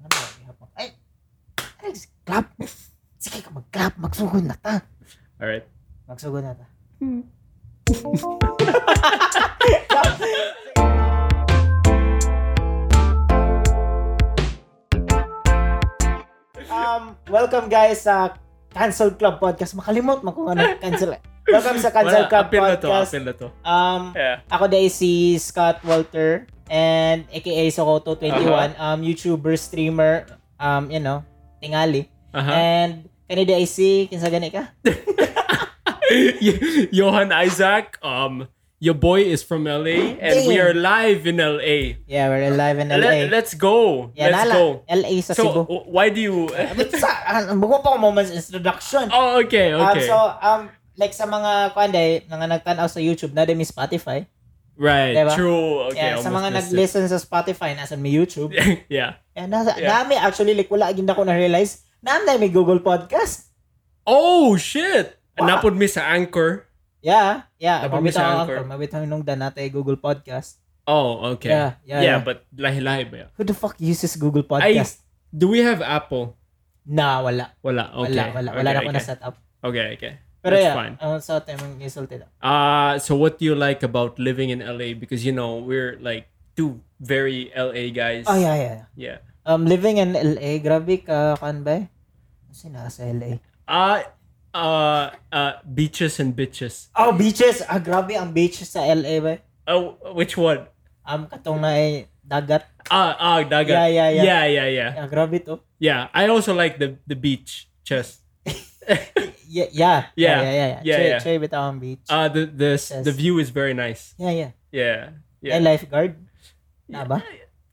Ano Clap. Sige ka mag-clap. Magsugod na ta. Alright. Magsugod na ta. Hmm. um, welcome guys sa Cancel Club Podcast. Makalimot mo kung ano cancel eh. Welcome sa Cancel Wala, Club appeal na to, Podcast. appeal na to. Um, Yeah. Ako dahil si Scott Walter and aka Sokoto21, um, YouTuber, streamer, um, you know, tingali. Aha. And kani dahil si, kinsa gani ka? Y- Johan Isaac, um, your boy is from LA and we Damn. are live in LA. Yeah, we're live in Let, LA. let's go. Yeah, let's nala, go. LA sa So, oh. Cebu. Ah, w- why do you... But sa, ano, buko pa ako moments introduction. oh, okay, Um, okay. so, um, like sa mga kuanday, mga nagtanaw sa YouTube, na may Spotify. right, diba? true. Okay, Yeah, sa almost mga missed it. nag-listen sa Spotify, nasan may YouTube. yeah. Yeah, nasa, Yeah. Nami actually, like, wala agad ako na-realize. Nami may Google Podcast. Oh, shit! Wow. Napod mi sa Anchor. Yeah, yeah. Tapos Mabitaw sa ang Anchor. Anchor. Mabitaw yung nung danatay Google Podcast. Oh, okay. Yeah, yeah, yeah, yeah. but lahi-lahi ba yan? Who the fuck uses Google Podcast? Do we have Apple? Nah, wala. Wala, okay. Wala, wala. Wala na okay, ako okay. na set up. Okay, okay. Pero That's yeah, fine. uh, so tayo mong insulted ako. Uh so what do you like about living in LA? Because you know we're like two very LA guys. Oh, yeah, yeah. yeah. Yeah. Um, living in LA, grabe ka, kan ba? eh? Kasi nasa LA. Uh uh uh beaches and bitches. Oh, beaches. Ah, grabe ang beaches sa LA ba? eh? Oh, which one? Um, katong na eh, dagat. Ah, ah, dagat. Yeah, yeah, yeah. yeah, yeah, yeah. Ah, grabe to. Yeah, I also like the the beach. Just Yeah, yeah. Yeah, yeah, yeah. yeah, Chay- yeah. Chay bitaw ang beach. uh the the Yes. the view is very nice. yeah, yeah. Yeah, Yeah. yeah, lifeguard. Na ba?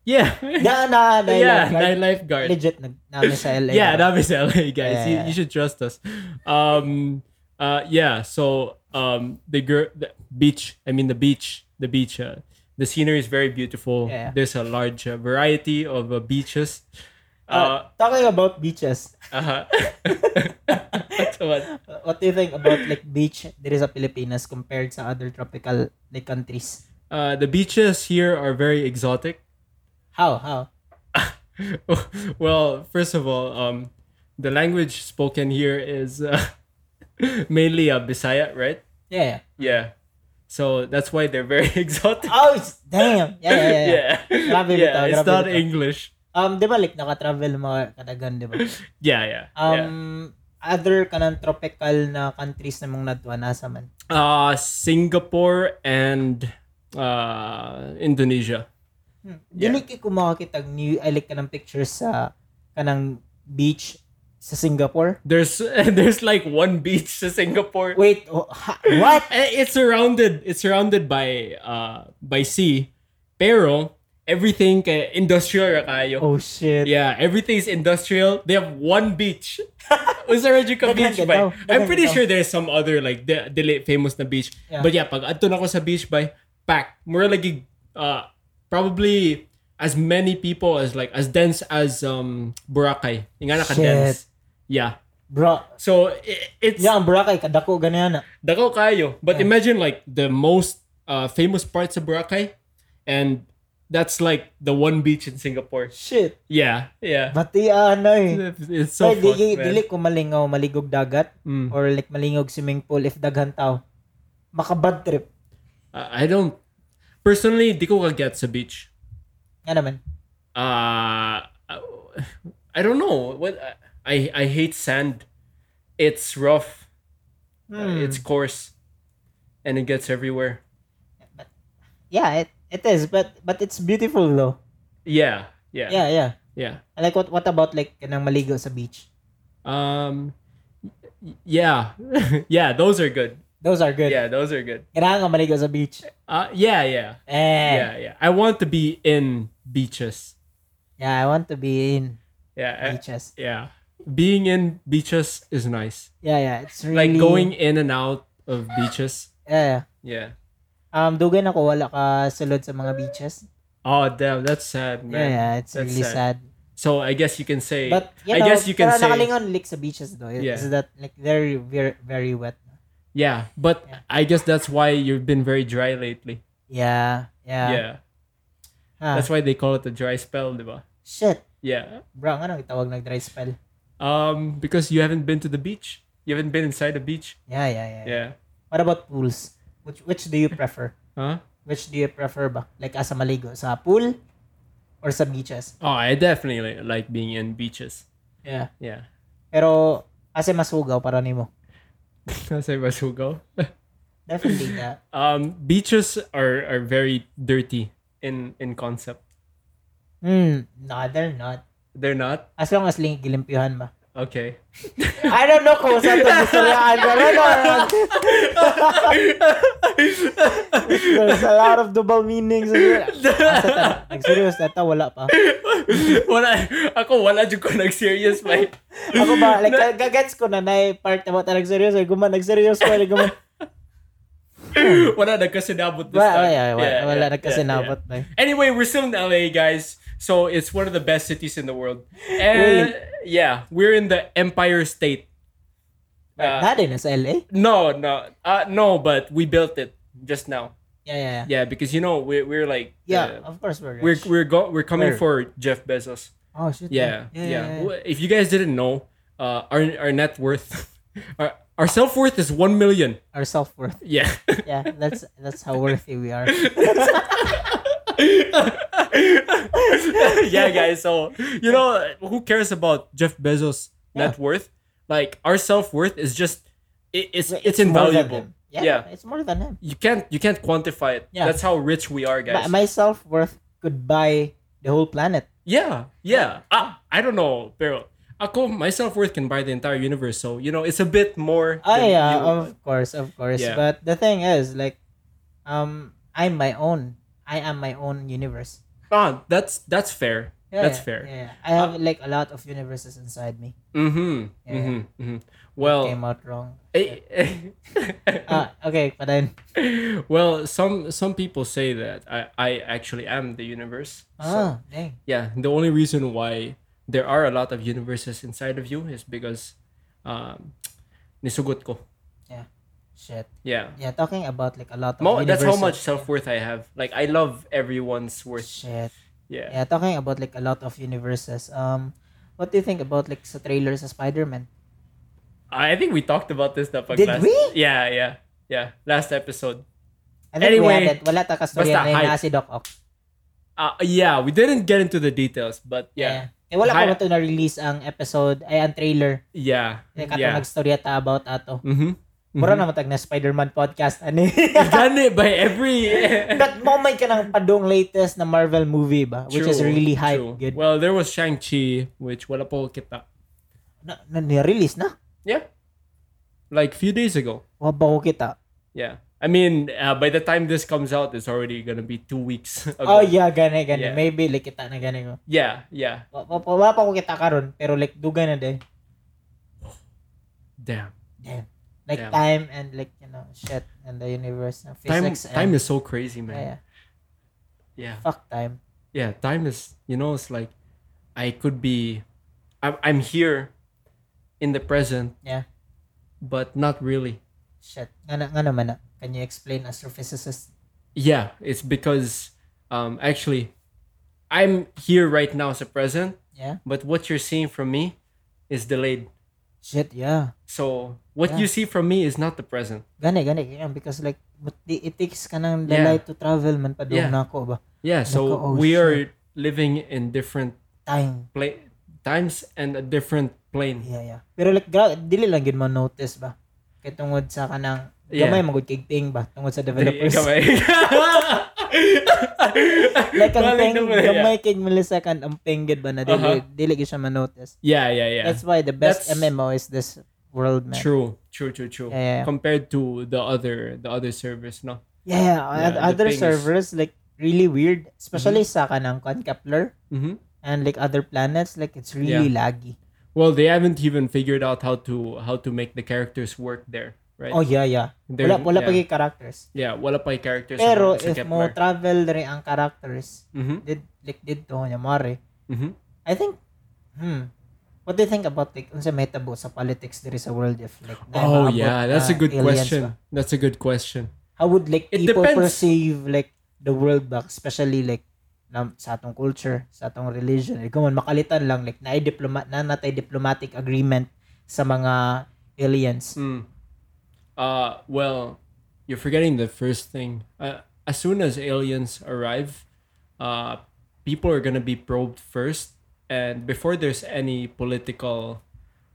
yeah, yeah. Na, na, na, yeah lifeguard. night guard. Legit, nag, namin sa LA. yeah, na. that was LA guys. Yeah, you, yeah. you should trust us. Um uh yeah, so um the girl the beach, I mean the beach, the beach uh, the scenery is very beautiful. Yeah. There's a large uh, variety of uh, beaches. Uh, Uh, talking about beaches, uh-huh. So what- uh, what do you think about like beach there is a Pilipinas compared sa other tropical like countries? uh, the beaches here are very exotic. How? How? well, first of all, um the language spoken here is uh, mainly uh, Bisaya, right? Yeah. yeah. Yeah. So that's why they're very exotic. Oh, it's- damn. Yeah, yeah, yeah. yeah. Grabe yeah, bitaw, it's grabe not bitaw. English. Um, di ba like nakatravel mga kadagan, di ba? Yeah, yeah. yeah. Um, other kanang tropical na countries na mong natwa, nasa man? Uh, Singapore and uh, Indonesia. Hmm. Yeah. Dili kay ko makakita ang new, I like ka ng pictures sa kanang beach sa Singapore. There's there's like one beach to Singapore. Wait, oh, ha, what? Eh, It's surrounded it's surrounded by uh by sea. Pero everything kay industrial ra kayo. Oh shit. Yeah, everything's industrial. They have one beach. Usarajuka Daghan Beach ka daw, by. daghan I'm pretty ka daw. sure there's some other like the dili famous na beach. Yeah. But yeah, pag adto na ako sa beach by pack. More like uh probably as many people as like as dense as um Boracay. Inga na ka Shit. dense. Yeah. Bro, So i- it's yeah, ang Boracay, kadako ganyan na. dako kayo. But Yeah. imagine like the most uh famous parts of Boracay and that's like the one beach in Singapore. Shit. Yeah, yeah. Bati ano eh. It's so So, fun, dili, man. dili ko malingaw, maligog dagat Mm. or like malingog swimming pool if daghan tao. Maka bad trip. I I don't personally di ko kaget sa beach. Nga naman. Uh I don't know what I I hate sand. It's rough. Hmm. It's coarse. And it gets everywhere. yeah, it, it is but but it's beautiful though. Yeah, yeah. Yeah, yeah. Yeah. And Like what what about like kanang maligo sa beach? Um y- yeah. yeah, those are good. Those are good. Yeah, those are good. Kailangan ka maligo sa beach. Uh yeah, yeah. Eh. Yeah, yeah. I want to be in beaches. Yeah, I want to be in Yeah. I- beaches. yeah. Being in beaches is nice. Yeah, yeah. It's really Like going in and out of beaches. Yeah. yeah. Yeah. Um dugan ako wala ka sulod sa mga beaches. Oh damn, that's sad, man. Yeah, yeah, it's that's really sad. sad. So I guess you can say But you I know, guess you can pero say- nakalingon like sa beaches though. Yeah. Is that like very very very wet. Yeah, but Yeah. I guess that's why you've been very dry lately. Yeah. Yeah. yeah. Ah, That's why they call it a dry spell, diba? shit. Yeah. Bro, ano itawag nag dry spell? Um, because you haven't been to the beach. You haven't been inside the beach. Yeah, yeah, yeah. Yeah. What about pools? Which which do you prefer? Huh? Which do you prefer ba? Like asa maligo sa pool or sa beaches? Oh, I definitely like being in beaches. Yeah. Yeah. Pero asa masugaw para nimo. Kasi masugaw. Definitely that. Um, beaches are, are very dirty in, in concept. Hmm, no, they're not. They're not? As long as ling gilimpihan ba. Okay. I don't know kung saan to gusto niya. Pero no, there's a lot of double meanings. Asa ta? Nag-serious na ta, wala pa. wala, ako wala dyan ko nag-serious ba? Ako ba, like, gagets ko na na part about na nag-serious. Ay, guman, nag-serious ko. Ay, guman. wala nagkasinabot this Wala, time. wala, wala, Yeah, wala yeah, nagkasinabot yeah, na. eh. yeah. Anyway, we're still in LA, guys. So it's one of the best cities in the world. And yeah, we're in the Empire State. Uh, Not in sa LA? no, no, uh, no, but we built it just now. Yeah, yeah, yeah. Yeah, because you know we're we're like Yeah, uh, of course we're we're rich. we're go- we're coming Where? for Jeff Bezos. oh, shit. Yeah, yeah. yeah. W- If you guys didn't know, uh, our our net worth, our, our self worth is one million. Our self-worth. Yeah. Yeah, that's that's how worthy we are. yeah, guys. So you know who cares about Jeff Bezos' net worth? Like our self worth is just it, it's, it's more than invaluable. him. Yeah, Yeah. it's more than him. You can't you can't quantify it. Yeah. That's how rich we are, guys. Ma- my self-worth could buy the whole planet. yeah, yeah. I, I don't know, pero ako my self worth can buy the entire universe. So you know it's a bit more. Oh than yeah, you. of course, of course. Yeah. But the thing is, like, um, I'm my own. I am my own universe. Ah, that's that's fair. Yeah, that's yeah, fair. Yeah, I Uh, have like a lot of universes inside me. Mm-hmm. Yeah. Mm-hmm. hmm Well, Came out wrong. eh, Ah, okay, but then, well, some some people say that I I actually am the universe. oh, So, dang. yeah, the only reason why there are a lot of universes inside of you is because um nisugot ko. Shit. Yeah. Yeah, talking about like a lot of Mo, that's how universes- much self-worth I have. Like I love everyone's worth. Shit. Yeah. Yeah, talking about like a lot of universes. Um, what do you think about like sa trailers sa Spider-Man? I think we talked about this dapat Did last. we? Yeah, yeah. Yeah, last episode. I think we Anyway, had it. Wala ta kastorya basta na yung hype. si Doc Ock. Uh, yeah, we didn't get into the details, but yeah. Eh, wala pa Hi- man to na-release ang episode, ay ang trailer. Yeah. Kaya Yeah. katong nagstorya ta about ato. Mm-hmm. Mura na matag na Spider-Man podcast ani. Done it by every That moment ka ng padong latest na Marvel movie ba which is True, really hype. true. Good. Well, there was Shang-Chi, which wala pa ako kita. Na, na, release na. Yeah. Like few days ago. Wa ba ko kita? Yeah. I mean, uh, by the time this comes out, it's already gonna be two weeks Oh ago. yeah, gani gani. Yeah. Maybe like kita na gani ko. yeah, yeah. Wa, wa, wa pa ko kita karon pero like dugay na day. Damn. Damn. Like Damn. time and like you know shit and the universe and Time, physics and time is so crazy, man. yeah, yeah. Yeah. Fuck time. yeah. Time is, you know, it's like I could be, I'm, I'm here in the present. Yeah. But not really. Shit. Ngana ngana man na. Can you explain astrophysicist? Yeah, it's because um actually I'm here right now as a present, Yeah. but what you're seeing from me is delayed. Shit, yeah. So what Yeah. you see from me is not the present. Gani, gani. Yeah, because like, but the, it takes ka ng Yeah. lalay to travel man pa doon Yeah. na ako ba? Yeah, so Nako, oh, we shit. are living in different Time. pla- times and a different plane. Yeah, yeah. Pero like, gra- dili lang yun ma-notice ba? Kaya tungod sa kanang, Yeah. gamay magod kay Ting ba? Tungod sa developers. Ikaw eh. like, ang Balik Ting, na muna, yeah. gamay kay millisecond ang Ting gid ba na dili, Uh-huh. dili gid siya ma-notice. Yeah, yeah, yeah. That's why the best That's- MMO is this world, man. true, true, true, true. Yeah, yeah. Compared to the other the other servers, no? Yeah, yeah. oth- the other Ping is- servers, like, really weird. Especially sa kanang Kwan Kepler Mm-hmm. and like other planets, like, it's really laggy. Well, they haven't even figured out how to how to make the characters work there, right? Oh, yeah, yeah. They're- Wala, wala yeah. pa kay characters. Yeah, wala pa yung characters. Pero if mo travel rin ang characters, mm-hmm. did like dito nya mare. Mm-hmm. I think hmm. What do you think about like unsa metabo sa politics diri sa world if like dahil maabot Oh yeah, that's na a good aliens question. ba? That's a good question. How would like It people depends. perceive like the world back especially like na, sa atong culture, sa atong religion. Eh, Gawin, makalitan lang like na diploma na natay diplomatic agreement sa mga aliens. Mm. Uh, well, you're forgetting the first thing. Uh, as soon as aliens arrive, uh, people are gonna be probed first, and before there's any political,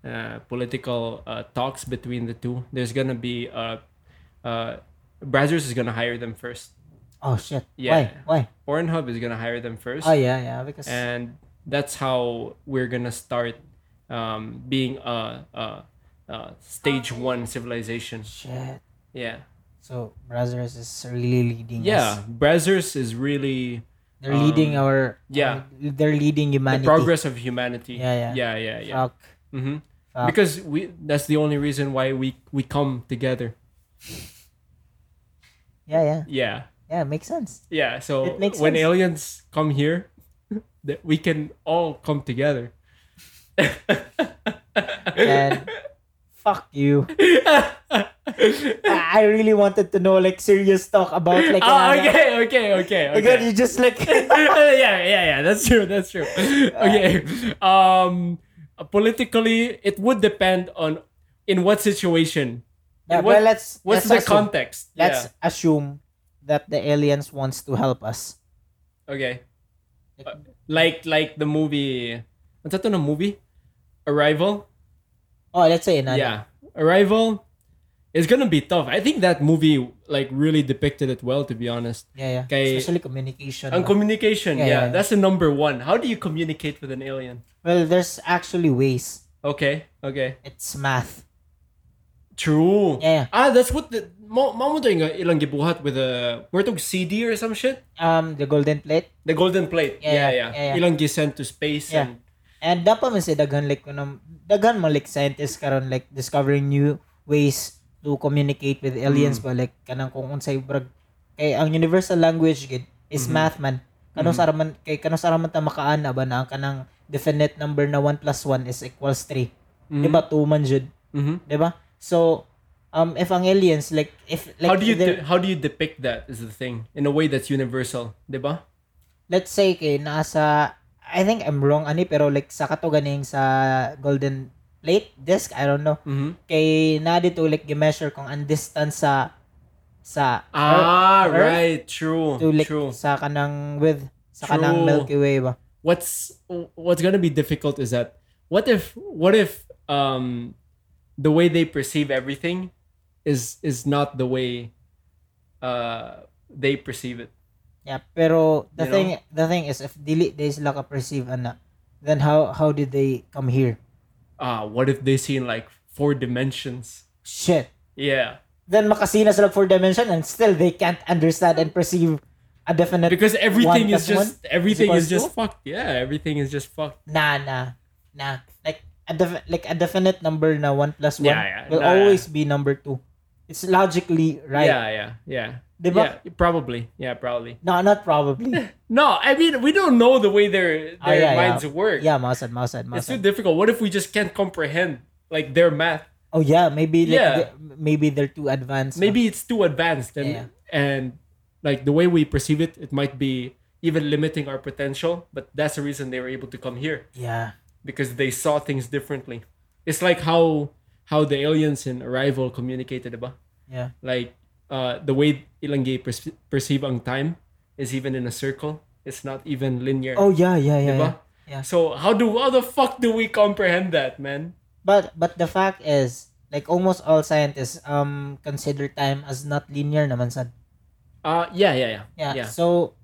uh, political uh, talks between the two, there's gonna be uh, uh, Brazzers is gonna hire them first. Oh shit. Yeah. Eh. Why? Why? Pornhub is gonna hire them first. Oh yeah, yeah, because and that's how we're gonna start um, being a, a, a stage one civilization. shit. Yeah, So Brazzers is really leading us. yeah. Brazzers is really They're leading Um, our yeah. our- they're leading humanity. the progress of humanity. Yeah, yeah. yeah, yeah, yeah. Fuck. hmm Fuck. Because we that's the only reason why we we come together. Yeah, yeah. Yeah, Yeah, makes sense. yeah. So It makes when sense. aliens come here, that we can all come together. And fuck you. I I really wanted to know like serious talk about like Ah, another- okay, okay, okay. Oh, God, okay. you just like yeah, yeah, yeah. That's true. That's true. Okay. Um, politically, it would depend on in what situation. Yeah, And what- well, let's What's let's the assume, context? let's assume that the aliens wants to help us. yeah. Okay. Uh, Like like the movie. What's that? The movie, Arrival. Oh, let's say na. Yeah, Arrival. It's gonna be tough. I think that movie like really depicted it well. To be honest, yeah, yeah. Kay- Especially communication. and communication. Uh-huh. Yeah, yeah, yeah. yeah, that's the number one. How do you communicate with an alien? well, there's actually ways. Okay. Okay. It's math. True. Yeah. yeah. Ah, that's what the mo mo mo to yung uh, ilang gibuhat with a where tog CD or some shit. Um, the golden plate. The golden plate. Yeah, Yeah, yeah. yeah, yeah, yeah. Ilang gisent to space Yeah. and And dapat man siya daghan like kuno daghan mo like scientists karon like discovering new ways to communicate with Mm. aliens ba like kanang kung unsay brag kay ang universal language gid Mm-hmm. is math man. Kano sa raman kay kano sa raman ta makaana ba na ang kanang definite number na 1 plus 1 is equals 3. Mhm. Di ba 2 man jud, Mhm. di ba? So um if ang aliens like if like how do you they're- de- how do you depict that is the thing in a way that's universal, di ba? let's say kay nasa I think I'm wrong ani pero like sa kato ganing sa golden plate disc I don't know Mhm. kay na dito like gi-measure kung ang distance sa sa Ah, Earth- right, true. to like True. sa kanang with sa kanang True. Milky Way ba What's what's going to be difficult is that what if what if um the way they perceive everything is is not the way uh they perceive it. yeah pero the You thing the thing is if dili they sila ka perceive ana then how how did they come here ah, what if they see in like four dimensions? shit Yeah. then makasina sila for dimension and still they can't understand and perceive a definite Because everything One is plus one just everything equals is just two? fucked. Yeah, everything is just fucked. nah nah nah like a def- like a definite number na 1 plus 1 Yeah, yeah. will Nah. always be number 2 it's logically right Yeah, yeah, yeah. diba Yeah, probably. Yeah, probably. no not probably No, I mean we don't know the way their their Ah, yeah, minds work. Yeah, mausad, mausad, It's too mausad. difficult. What if we just can't comprehend like their math? Oh yeah, maybe like Yeah. the- maybe they're too advanced. Maybe it's too advanced and Yeah. and like the way we perceive it, it might be even limiting our potential, but that's the reason they were able to come here. Yeah. because they saw things differently. It's like how how the aliens in Arrival communicated, diba? Yeah. Like uh, the way Ilangay perce- perceive ang time is even in a circle. It's not even linear, Oh yeah, yeah, yeah. yeah. diba? Yeah. So how do how the fuck do we comprehend that, man? But but the fact is, like almost all scientists um consider time as not linear naman sad. Uh yeah, yeah, yeah. Yeah. Yeah. So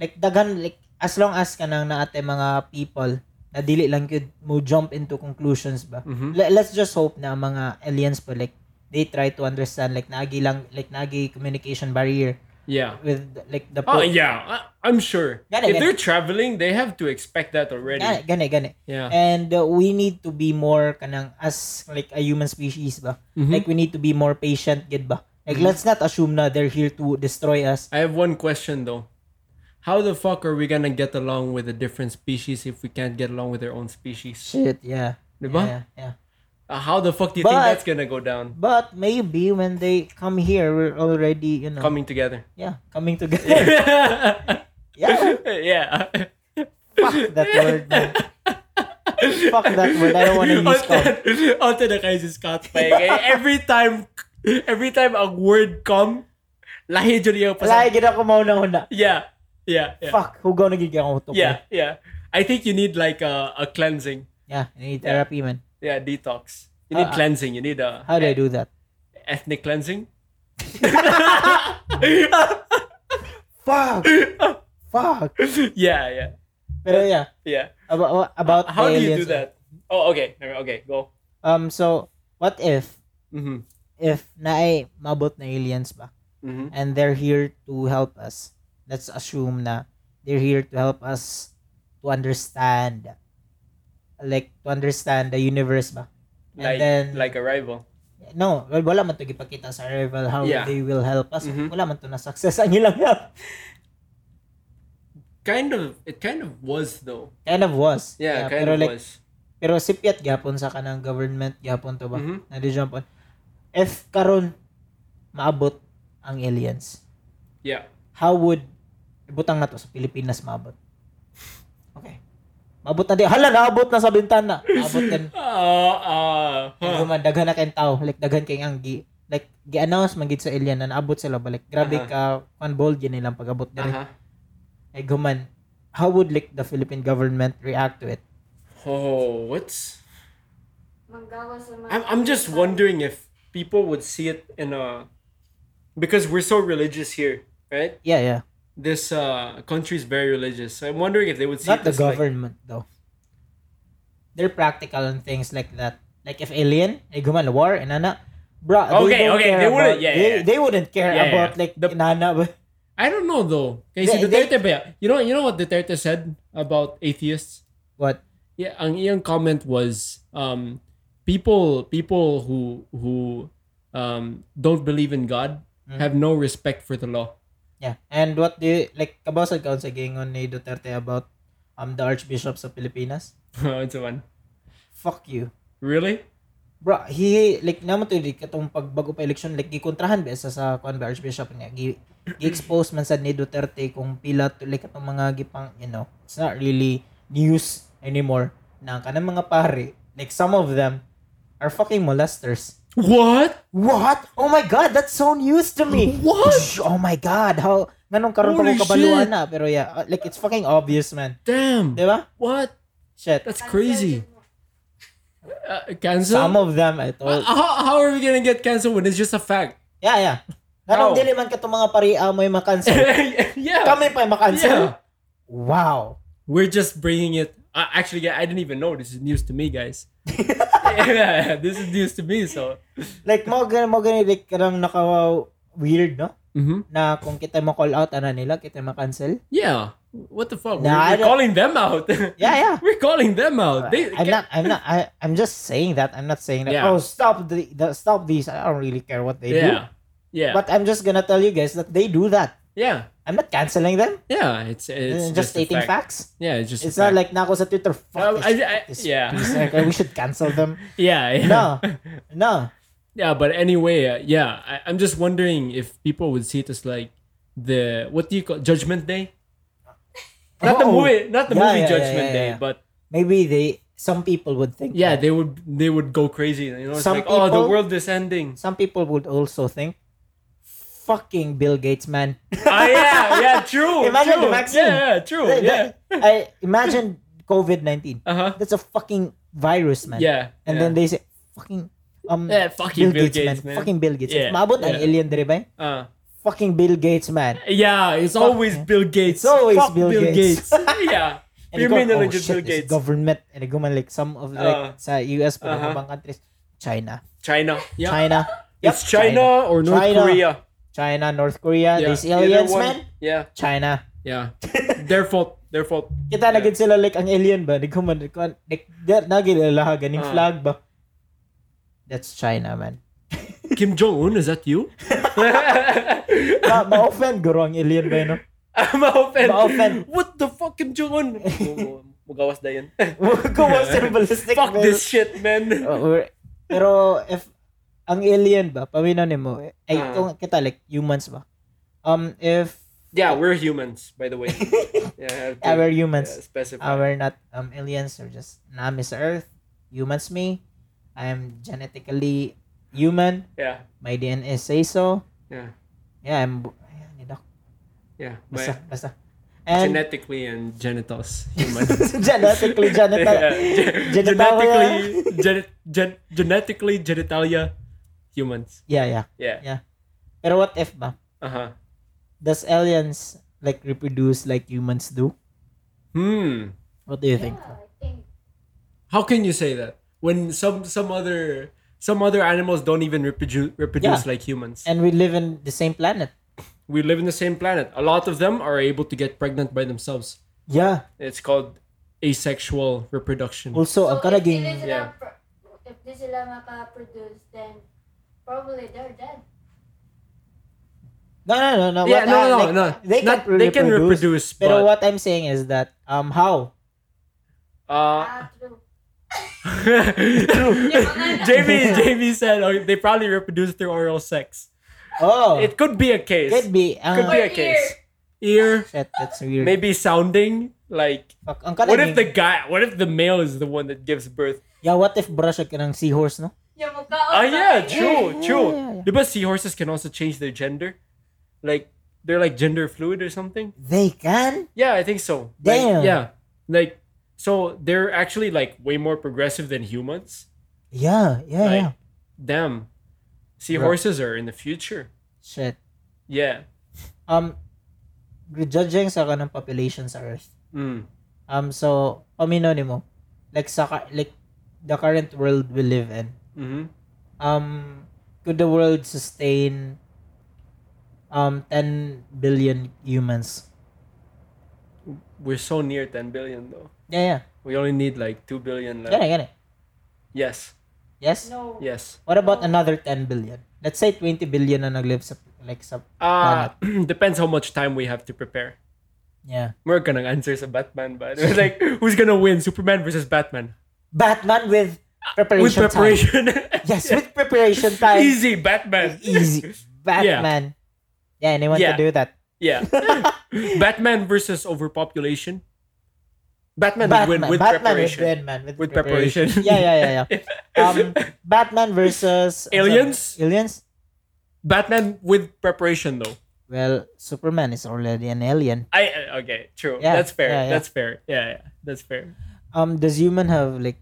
like daghan like as long as kanang naate mga people na dili lang gyud mo jump into conclusions ba. Mhm. Le- let's just hope na ang mga aliens pa like they try to understand like nagi lang like nagi communication barrier Yeah. with like the po- Oh yeah, I, I'm sure. Gana, if gana. they're traveling, they have to expect that already. Gani, gani, gani. Yeah. and uh, we need to be more kanang as like a human species ba Mhm. like we need to be more patient gid ba Mm-hmm. like let's not assume na they're here to destroy us I have one question though. How the fuck are we gonna get along with a different species if we can't get along with their own species? shit yeah Diba? yeah, yeah. Uh, how the fuck do you think But- that's gonna go down? but maybe when they come here we're already you know Coming together. yeah coming together Yeah. yeah. Fuck that word, man. Fuck that word. I don't wanna use Onto- Onto na kayo sa Scott Paig. Eh, every time, every time ang word come, lahi dyan yung Wala, pasang- gina ko mauna-una. Yeah. Yeah. Yeah. Fuck, hugaw nagiging ako to. Yeah. Yeah. I think you need like a, a cleansing. Yeah, I need therapy, man. Yeah, detox. You need Uh, uh, cleansing. You need a How do I do that? ethnic cleansing. Fuck! Fuck! yeah, yeah, Pero yeah, yeah. about, about How do you aliens. do that? Oh, okay. Okay, go. Um, so, what if, Mm-hmm. if naay mabot na aliens ba? Mm-hmm. and they're here to help us. Let's assume na they're here to help us to understand like to understand the universe ba. And Like, then like a rival. no, well, wala man to gipakita sa rival how Yeah. they will help us. Mhm. Wala man to na success ang ilang help. Kind of. It kind of was though. Kind of was. Yeah, kind pero of like was. pero sipiat gyapon sa kanang government gyapon to ba. Mhm. Na di jump on. If karon maabot ang aliens. Yeah. how would ibutang na to sa Pilipinas maabot? Okay. Maabot na di. Hala, naabot na sa bintana. Maabot din. Mm-hmm. Uh, uh, huh. Huh. Daghan na kayong tao. Like, daghan kayong ang gi. Like, gi-announce man gid sa alien na naabot sila. Balik, grabe ka. One bold yun nilang pag-abot na rin. Uh-huh. Like, human, how would like the Philippine government react to it? Oh, what's? Manggawa sa mga... I'm, I'm just wondering if people would see it in a, because we're so religious here, right? Yeah, yeah. This uh country is very religious. So I'm wondering if they would see Not the it as like- government, though. They're practical on things like that. Like, if alien, eh, guman, war, inana, Bruh, Okay, they don't okay, care they wouldn't- about- yeah, they, yeah. they wouldn't care Yeah, about yeah. like The- inana ba? I don't know though. Okay, si They- Duterte ba? You know, you know what Duterte said about atheists? What? Yeah, ang iyang comment was um people people who who um don't believe in God have no respect for the law. Yeah. And what do you, like, kabawsad ka sa gingon ni Duterte about um, the Archbishop sa Pilipinas? Ano man? Fuck you. Really? Bro, he, like, naman to, like, katong pagbago pa election, like, gikontrahan ba isa sa kwan ba Archbishop niya? Gi, expose man sad ni Duterte kung pila to, like, katong mga gipang, you know, it's not really news anymore na ang kanang mga pare, like, some of them are fucking molesters. What? What? Oh my God, that's so news to me. What? Shh, Oh my God, how, ganun karon pa Holy ko kabaluan shit. na. Pero yeah, uh, like, it's fucking obvious, man. Damn. Di ba? What? Shit. That's crazy. Uh, cancel? Some of them, I Uh, told. how, how are we gonna get canceled when it's just a fact? Yeah, yeah. Ganong How? dili man ka itong mga pariya mo yung makancel. yeah. Kami pa yung makancel. Yeah. Wow. We're just bringing it. Uh, actually, yeah, I didn't even know this is news to me, guys. yeah, this is news to me. So, Like, mo ganun, mo ganun, like, karang naka-weird, no? Mhm. Na kung kita mo call out, ano nila, kita makancel. yeah. What the fuck? Nah, I we're we're don't- calling them out. Yeah, yeah. We're calling them out. They, I'm not, I'm not, I, I'm just saying that. I'm not saying that, Yeah. oh, stop the, the, stop these. I don't really care what they yeah. Yeah. do. But I'm just gonna tell you guys that they do that. yeah. I'm not canceling them. Yeah. It's it's I'm just, a stating fact. facts. Yeah. It's just. a It's not fact. like na ako sa Twitter, fuck Um, I- this, I- fuck this yeah. piece. Okay, we should cancel them. Yeah. yeah. No, no. Yeah, but anyway, uh, yeah, I, I'm just wondering if people would see it as like the what do you call Judgment Day? Not the Oo. movie, not Oh. the Yeah, movie yeah, yeah, Judgment yeah, Day, yeah. but Maybe they, some people would think. yeah, that. they would they would go crazy. You know, it's Some like oh, the people- world is ending. Some people would also think, fucking Bill Gates, man. Ah, yeah, yeah, true. Imagine true. the vaccine. Yeah, yeah, true. That- Oh, yeah. that- I imagine COVID nineteen. Uh huh. That's a fucking virus, man. Yeah. And Uh-huh. yeah. then they say, fucking, um, yeah, fucking Bill, Gates, man. fucking Bill Gates. Yeah, Maabot ang yeah. alien dere ba? Uh, Fucking Bill Gates, man. yeah, it's Fuck, always man. Bill Gates. It's always Fuck Bill Gates. yeah. And you Pure go, oh, manager shit, Bill it's Gates. government. And they go man, like, some of, Uh, like, sa US, pero uh-huh. ibang countries, China. China. Yeah. China. It's Yep, China, or North China. Korea. China, North Korea, Yeah. these either aliens, one. man. Yeah. China. Yeah. Their fault. Their fault. Kita na Yeah. gid sila like ang alien ba? Nagkuman, nagkuman, nagilala, ganing Ah. flag ba? That's China, man. Kim Jong Un, is that you? Ma- I'm ma-offend guro ang alien ba, no? offended. Ma-offend. What the fuck, Kim Jong Un? Magawas na yan. Kuha sa ballistic fuck missile. this shit, man. Oh, or- pero if ang alien ba, paminaw nimo, ay Ah. kung kita like humans ba? Um if Yeah, we're humans, by the way. yeah, I have to, Yeah, we're humans. yeah, specify. Uh, we're not um, aliens. We're just namis Earth. Humans me. I am genetically human. yeah, My DNA say so. yeah, Yeah, I'm... bu- Ayan, ni Doc. yeah. Basta, My- basta. And genetically and genitals. human. genetically, genital, Yeah, ge- genitalia. genetically, gen- gen- genetically genitalia, humans. Yeah, yeah. Yeah. Pero what if ba? Uh huh. Does aliens like reproduce like humans do? Hmm. What do you think? Yeah, I think. How can you say that when some some other some other animals don't even reproduce reproduce like humans? And we live in the same planet. we live in the same planet. A lot of them are able to get pregnant by themselves. Yeah. It's called asexual reproduction. Also, ang if karaging... hindi sila Yeah. pro- If di sila makaproduce, then probably they're dead. No, no, no, no. What, yeah, no, uh, no, like, no. They can, Not- they can reproduce, Pero but what I'm saying is that um how uh, Ah, true. Jamie, Jamie said oh, they probably reproduce through oral sex. oh It could be a case. could be ang Could be a Or ear. case. Ear, shit that's weird. maybe sounding like. Fuck, ang What if kanaging- the guy? What if the male is the one that gives birth? yeah what if brush ka ng seahorse no? Yung mukha Oh yeah, Yeah, true, yeah, true. yeah, yeah. The best seahorses can also change their gender, like they're like gender fluid or something. They can? Yeah, I think so. Like, Damn. yeah, like so they're actually like way more progressive than humans. Yeah, yeah, Like, yeah. Damn, seahorses are in the future. Shit. Yeah. Um judging sa kanang population sa earth. Mm. Um so paminaw nimo like sa ka- like the current world we live in. Mm-hmm. Um could the world sustain um 10 billion humans? We're so near 10 billion though. Yeah, yeah. We only need like 2 billion left. Gana, gana. Yes. Yes? No. Yes. What about another 10 billion? Let's say 20 billion na naglive sa like sa Uh, depends how much time we have to prepare. yeah. We're gonna answer sa Batman, but like, who's gonna win? Superman versus Batman? Batman with preparation. With preparation. Time. Yes, with preparation time. Easy, Batman. Easy. Batman. Yeah, anyone Yeah. can do that. Yeah. Batman versus overpopulation. Batman, would Batman, win with Batman with preparation. Batman with, With preparation. Yeah, yeah, yeah, yeah. Um, Batman versus Aliens? aliens? Batman with preparation though. Well, Superman is already an alien. I uh, okay, true. Yeah, that's fair. yeah, yeah. That's fair. Yeah, yeah, that's fair. Um, does human have like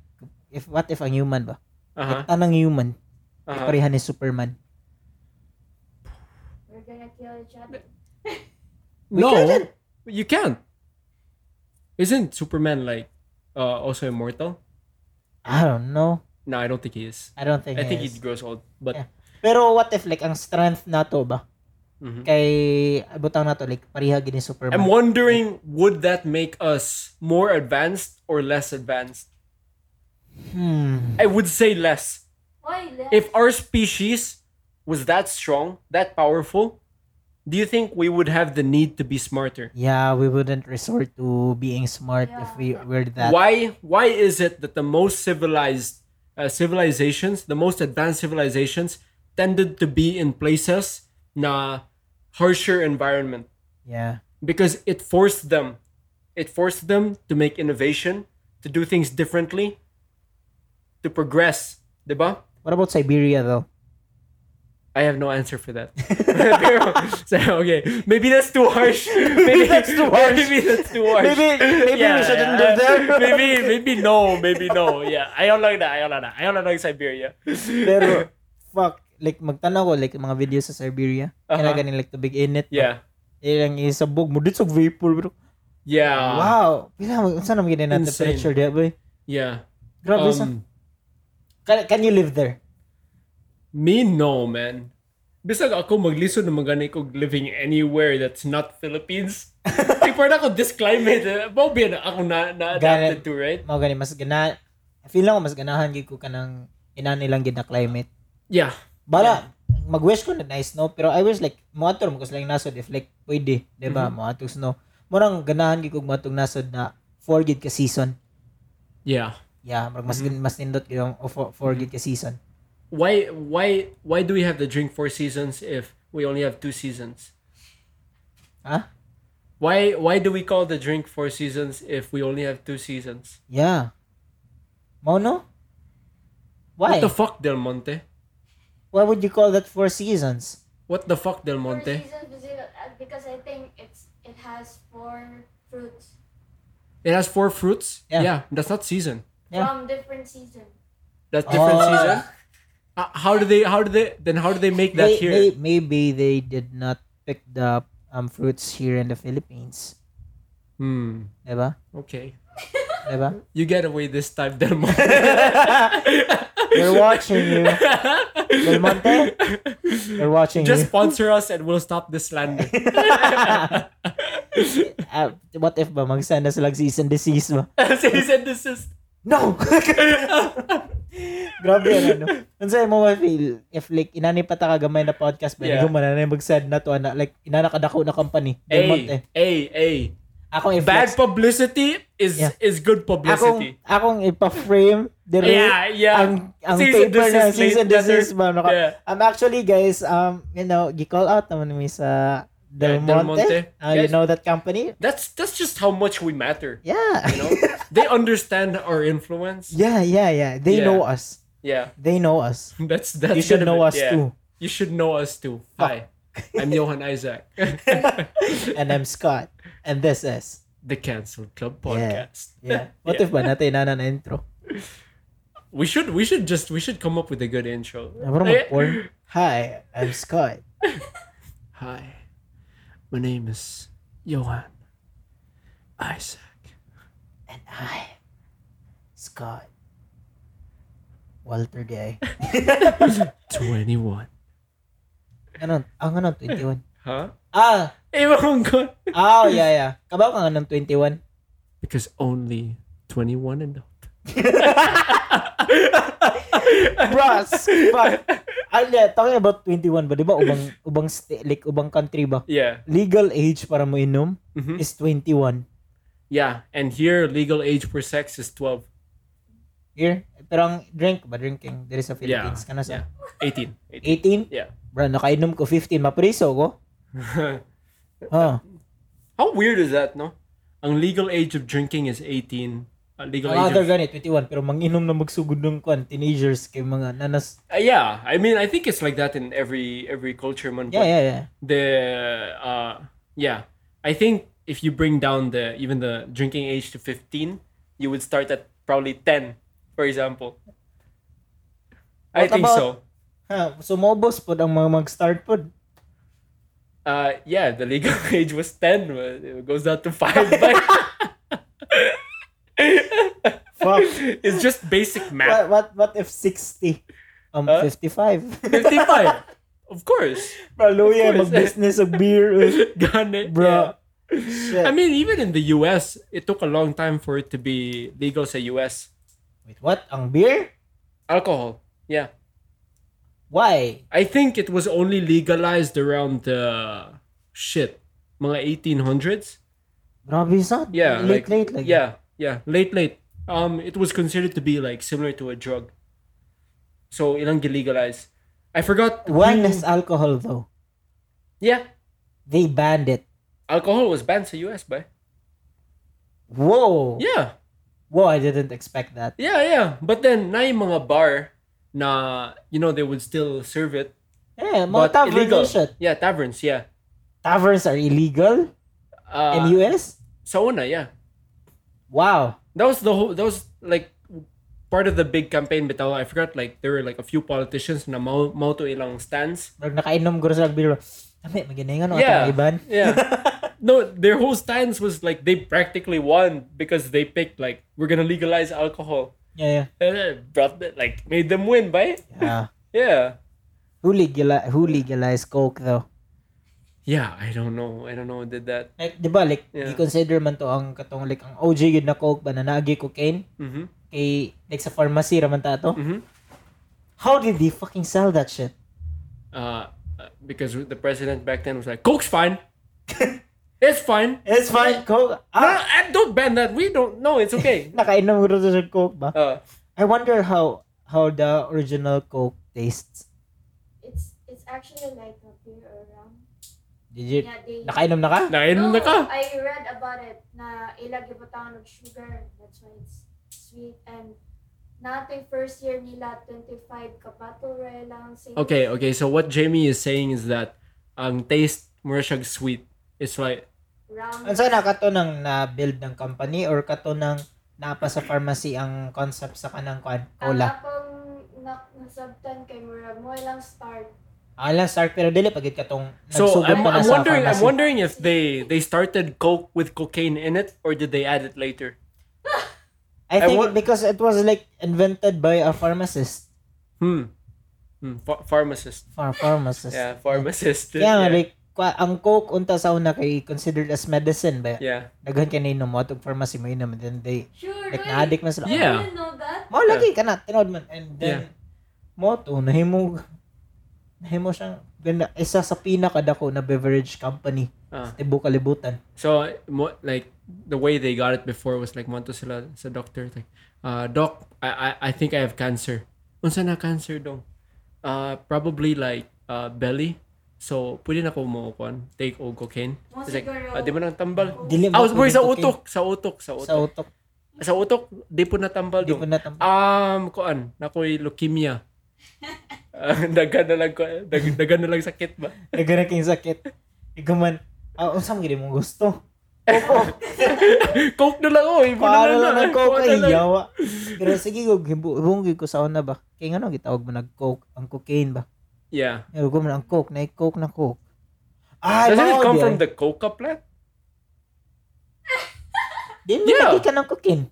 if what if ang human ba? Uh huh. Anong human? Uh-huh. Pareha ni Superman. We're gonna kill each other. We no, couldn't. you can't. Isn't Superman like uh, also immortal? I don't know. No, I don't think he is. I don't think. I think he he is. grows old, but Yeah. Pero what if like ang strength na to ba? Mhm. Kay butang na to like pareha gid ni Superman. I'm wondering would that make us more advanced or less advanced? hmm. I would say less. Why? Left? If our species was that strong, that powerful, do you think we would have the need to be smarter? Yeah, we wouldn't resort to being smart if we Yeah. were that. Why why is it that the most civilized uh, civilizations, the most advanced civilizations tended to be in places na harsher environment? Yeah. because it forced them it forced them to make innovation to do things differently to progress diba What about Siberia though? i have no answer for that Pero- so, okay maybe that's too harsh maybe that's too harsh. maybe that's too harsh Maybe- maybe we shouldn't do that. maybe maybe no maybe no yeah i don't like that i don't like that i don't like siberia Pero fuck, like magtanaw ko like mga videos sa Siberia. Uh-huh. Kaya ganin like tubig init. Eh, yeah Ilang isabog mo dito sa vapor bro. yeah wow. Pila mo unsa na magid na Ah. Insane. temperature diha boy? yeah Grabe sa. Um, Can, can you live there? Me, no, man. Bisag ako maglisod ng mga kog living anywhere that's not Philippines. like, parang ako this climate, eh, mao ba na ako na, na adapted Ganun. to, right? Mao gani mas gana feel lang ko mas ganahan gid ko kanang ina nilang gid na climate. Yeah. Bala, mag-wish ko na nice snow, pero I wish like, moator mo kasi lang nasod if like, pwede, di ba, Mhm. moatog snow. Murang ganahan gid kog moatog nasod na 4 gid ka season. Yeah. Yeah, murag mas Mm-hmm. gin- mas nindot gid ang oh, 4 gid ka season. Why why why do we have to drink four seasons if we only have two seasons? Ha? Why why do we call the drink four seasons if we only have two seasons? Yeah. Mono? Why? What the fuck, Del Monte? Why would you call that Four Seasons? What the fuck, Del Four Monte? seasons was it, uh, because I think it's it has four fruits It has four fruits. Yeah. that's not season. Yeah. from different season. That's different Oh. season. Uh, how do they? How do they? Then how do they make They, that here? they, maybe they did not pick the um, fruits here in the Philippines. Hmm. Diba? Okay. Diba? You get away this time, Del Monte. We're watching you. Del Monte, They're watching Just Just... sponsor us and we'll stop the slander. Uh, what if ba? Mag-send na silang season disease ba? Season this is. No! Grabe yan, ano? Unsay mo ma-feel if like inani pa ta kagamay na podcast ba? Yeah. Yeah. na na mag-send na to ana like inanakadako na company. Del Monte. Hey, hey, hey. Akong Bad i-flex. publicity is Yeah. is good Akong publicity. akong ipa-frame the yeah, yeah. ang ang Season paper na disease, season letter- disease ba no? yeah. Um, actually guys, um you know, gi-call out naman mi sa Del Monte. Yeah, Del Monte. Uh, you Guys- know that company? That's that's just how much we matter. Yeah. You know, they understand our influence. yeah, yeah, yeah. They Yeah. know us. Yeah, They know us. that's that's. you should gonna know be- us yeah. too. You should know us too. Hi, I'm Johan Isaac. And I'm Scott. And this is the Cancelled Club Yeah. podcast. Yeah. What Yeah. if ba natin na na intro? We should we should just we should come up with a good intro. Naman mo Eh, porn. Hi, I'm Scott. Hi, my name is Johan Isaac. And I, Scott. Walter Gay. Twenty one. Ano? Ang ano, 21. Huh? Ah! Ewan ko. Oh, yeah, yeah. Kabaw ka nga ng 21. Because only twenty one and up. Bros! Fuck! Ah, yeah. Talking about 21 ba? Di ba ubang, ubang, sti- like, ubang country ba? Yeah. Legal age para mo inom Mhm. is 21. Yeah, and here legal age for sex is 12. Here? Pero ang drink ba? Drinking. There is a Philippines. Yeah. Kana sa? Yeah. 18. 18? 18. Yeah. Bro, nakainom ko 15. Mapriso ko. Huh. How weird is that, no? Ang legal age of drinking is 18. Ang legal Ang other age of, ganit, 21. Pero manginom na magsugod ng kwan, teenagers kay mga nanas. Uh, yeah, I mean, I think it's like that in every every culture man. Yeah, yeah, yeah. The uh yeah, I think if you bring down the even the drinking age to 15, you would start at probably 10, for example. I What think about- so. Ha, sumobos po ang mga mag-start po. Uh, yeah, the legal age was 10. but It goes down to 5. but- Fuck. it's just basic What, math. what, what if 60? Um, Huh? 55. 55. Of course. Bro, luya, Of course. mag-business of beer. eh. Gane. Bro. I Shit. mean, even in the US, it took a long time for it to be legal sa US. Wait, what? Ang beer? Alcohol. Yeah. Why? I think it was only legalized around the shit, mga 1800s. Grabe sa. Yeah, Late, like- late. Like, Yeah, yeah, late, late. Um, it was considered to be like similar to a drug. So ilang legalized. I forgot. One who- is alcohol though. Yeah, They banned it. alcohol was banned sa US, by. Whoa. Yeah, Whoa, I didn't expect that. yeah, yeah. But then na yung mga bar na you know they would still serve it, Yeah, mga but tavern illegal. and shit. Yeah, taverns. Yeah. Taverns are illegal Uh, in US? sa una, yeah. Wow. That was the whole. That was like part of the big campaign. Bitaw, I forgot. Like there were like a few politicians na mau mau to ilang stands. Pag nakainom ko sa beer, dami, maganda yung ano, Yeah. yeah. iban. Yeah. No, their whole stance was like they practically won because they picked like we're gonna legalize alcohol. yeah, yeah. And it brought the- like made them win, by yeah. yeah. Who, legalize, who legalized Coke though? Yeah, I don't know. I don't know who did that. Like, di ba, like, Yeah. i-consider man to ang katong, like, ang OG yun na Coke ba na naagi cocaine? Mm-hmm. Kay, like, sa pharmacy raman ta to. Mhm. How did they fucking sell that shit? Uh, uh, because the president back then was like, "Coke's fine. it's fine. It's fine, Coke. No, Ah, I don't ban that. We don't. No, it's okay." nakainom ko rin sa Coke ba? Uh, I wonder how how the original Coke tastes. It's it's actually like a beer or rum. Did you, Yeah, they... nakainom na ka? Nakainom na ka. I read about it na ilagay mo taon ng sugar. That's why it's sweet. And natin first year nila, 25 kabato rin lang. Same Okay, okay. So what Jamie is saying is that ang taste more siyang sweet. It's like Round. Ano sana kato nang na-build ng company or kato nang napa sa pharmacy ang concept sa kanang kwan? Ang Cola. akong na- nasabtan kay Murag, mo ilang start. Ang lang start pero dili pagit katong so. nagsugot I'm, pa na I'm sa wondering. I'm pharmacy. wondering if they they started Coke with cocaine in it or did they add it later? I I think wa- because it was like invented by a pharmacist. Hmm. hmm. Ph- pharmacist. Ph- pharmacist. Yeah, pharmacist. Kaya nga, Yeah. like, kwa- ang coke unta sa una kay considered as medicine ba? Yeah. Daghan ka nainom mo, atog pharmacy mo inom, then they, Sure, like, wait. na-addict na sila. Yeah. You didn't know that? Mo lagi ka na, tinod man. And then, mo to, nahimo, nahimo siyang, ganda, isa sa pinakadako na beverage company. Ah. sa Tibo Kalibutan. So mo, like the way they got it before was like manto sila sa doctor like uh doc I I, I think I have cancer. Unsa na cancer dong? Uh probably like uh belly. So pwede na ko mo kon take og cocaine. Mo It's like siguro. ah, di man ang tambal. Dili Ah, was- pwede wait, sa to utok, sa utok, sa kin- utok. Sa utok. Sa utok di po natambal Di ko dong. natampo. Um kuan, nakoy leukemia. Ah, Dagan na lang ko, dag- dagan na lang sakit ba? Nagana king sakit. Ikaw man, ah, unsa mo gid mong gusto? Coke na lang oy, ibo na Paano lang lang. ng coke eh, Kuha na ay lang. yawa. Pero sige, kung hibunggi ko sa una ba? Kaya nga no, gitawag mo nag-coke, ang cocaine ba? Yeah. Pero ko man ang coke, na coke na coke. Ah, Doesn't it mao come di from ay. the coca plant? Di mo Yeah. lagi ka ng cocaine.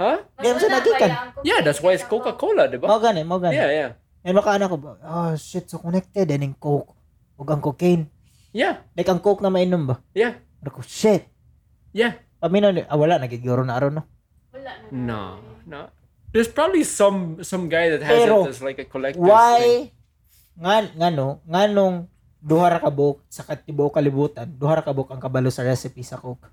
Huh? Mas Di mo sa una nagikan. kaya ang cocaine Yeah, that's why it's sa Coca Cola, di ba? Mao gani, mao gani. Yeah, yeah. May makaana ko ba? Oh shit, so connected din ang coke ug ang cocaine. Yeah, Like ang coke na mainom ba? yeah. Ako, shit. Yeah. Paminaw ni, ah, wala, nagiguro na aron no. Wala na. No, no. There's probably some some guy that has Pero, it as like a collector's thing. Why? Nga, nga no, nga nung duha ra ka buok sa katibo kalibutan, duha ra ka buok ang kabalo sa recipe sa coke.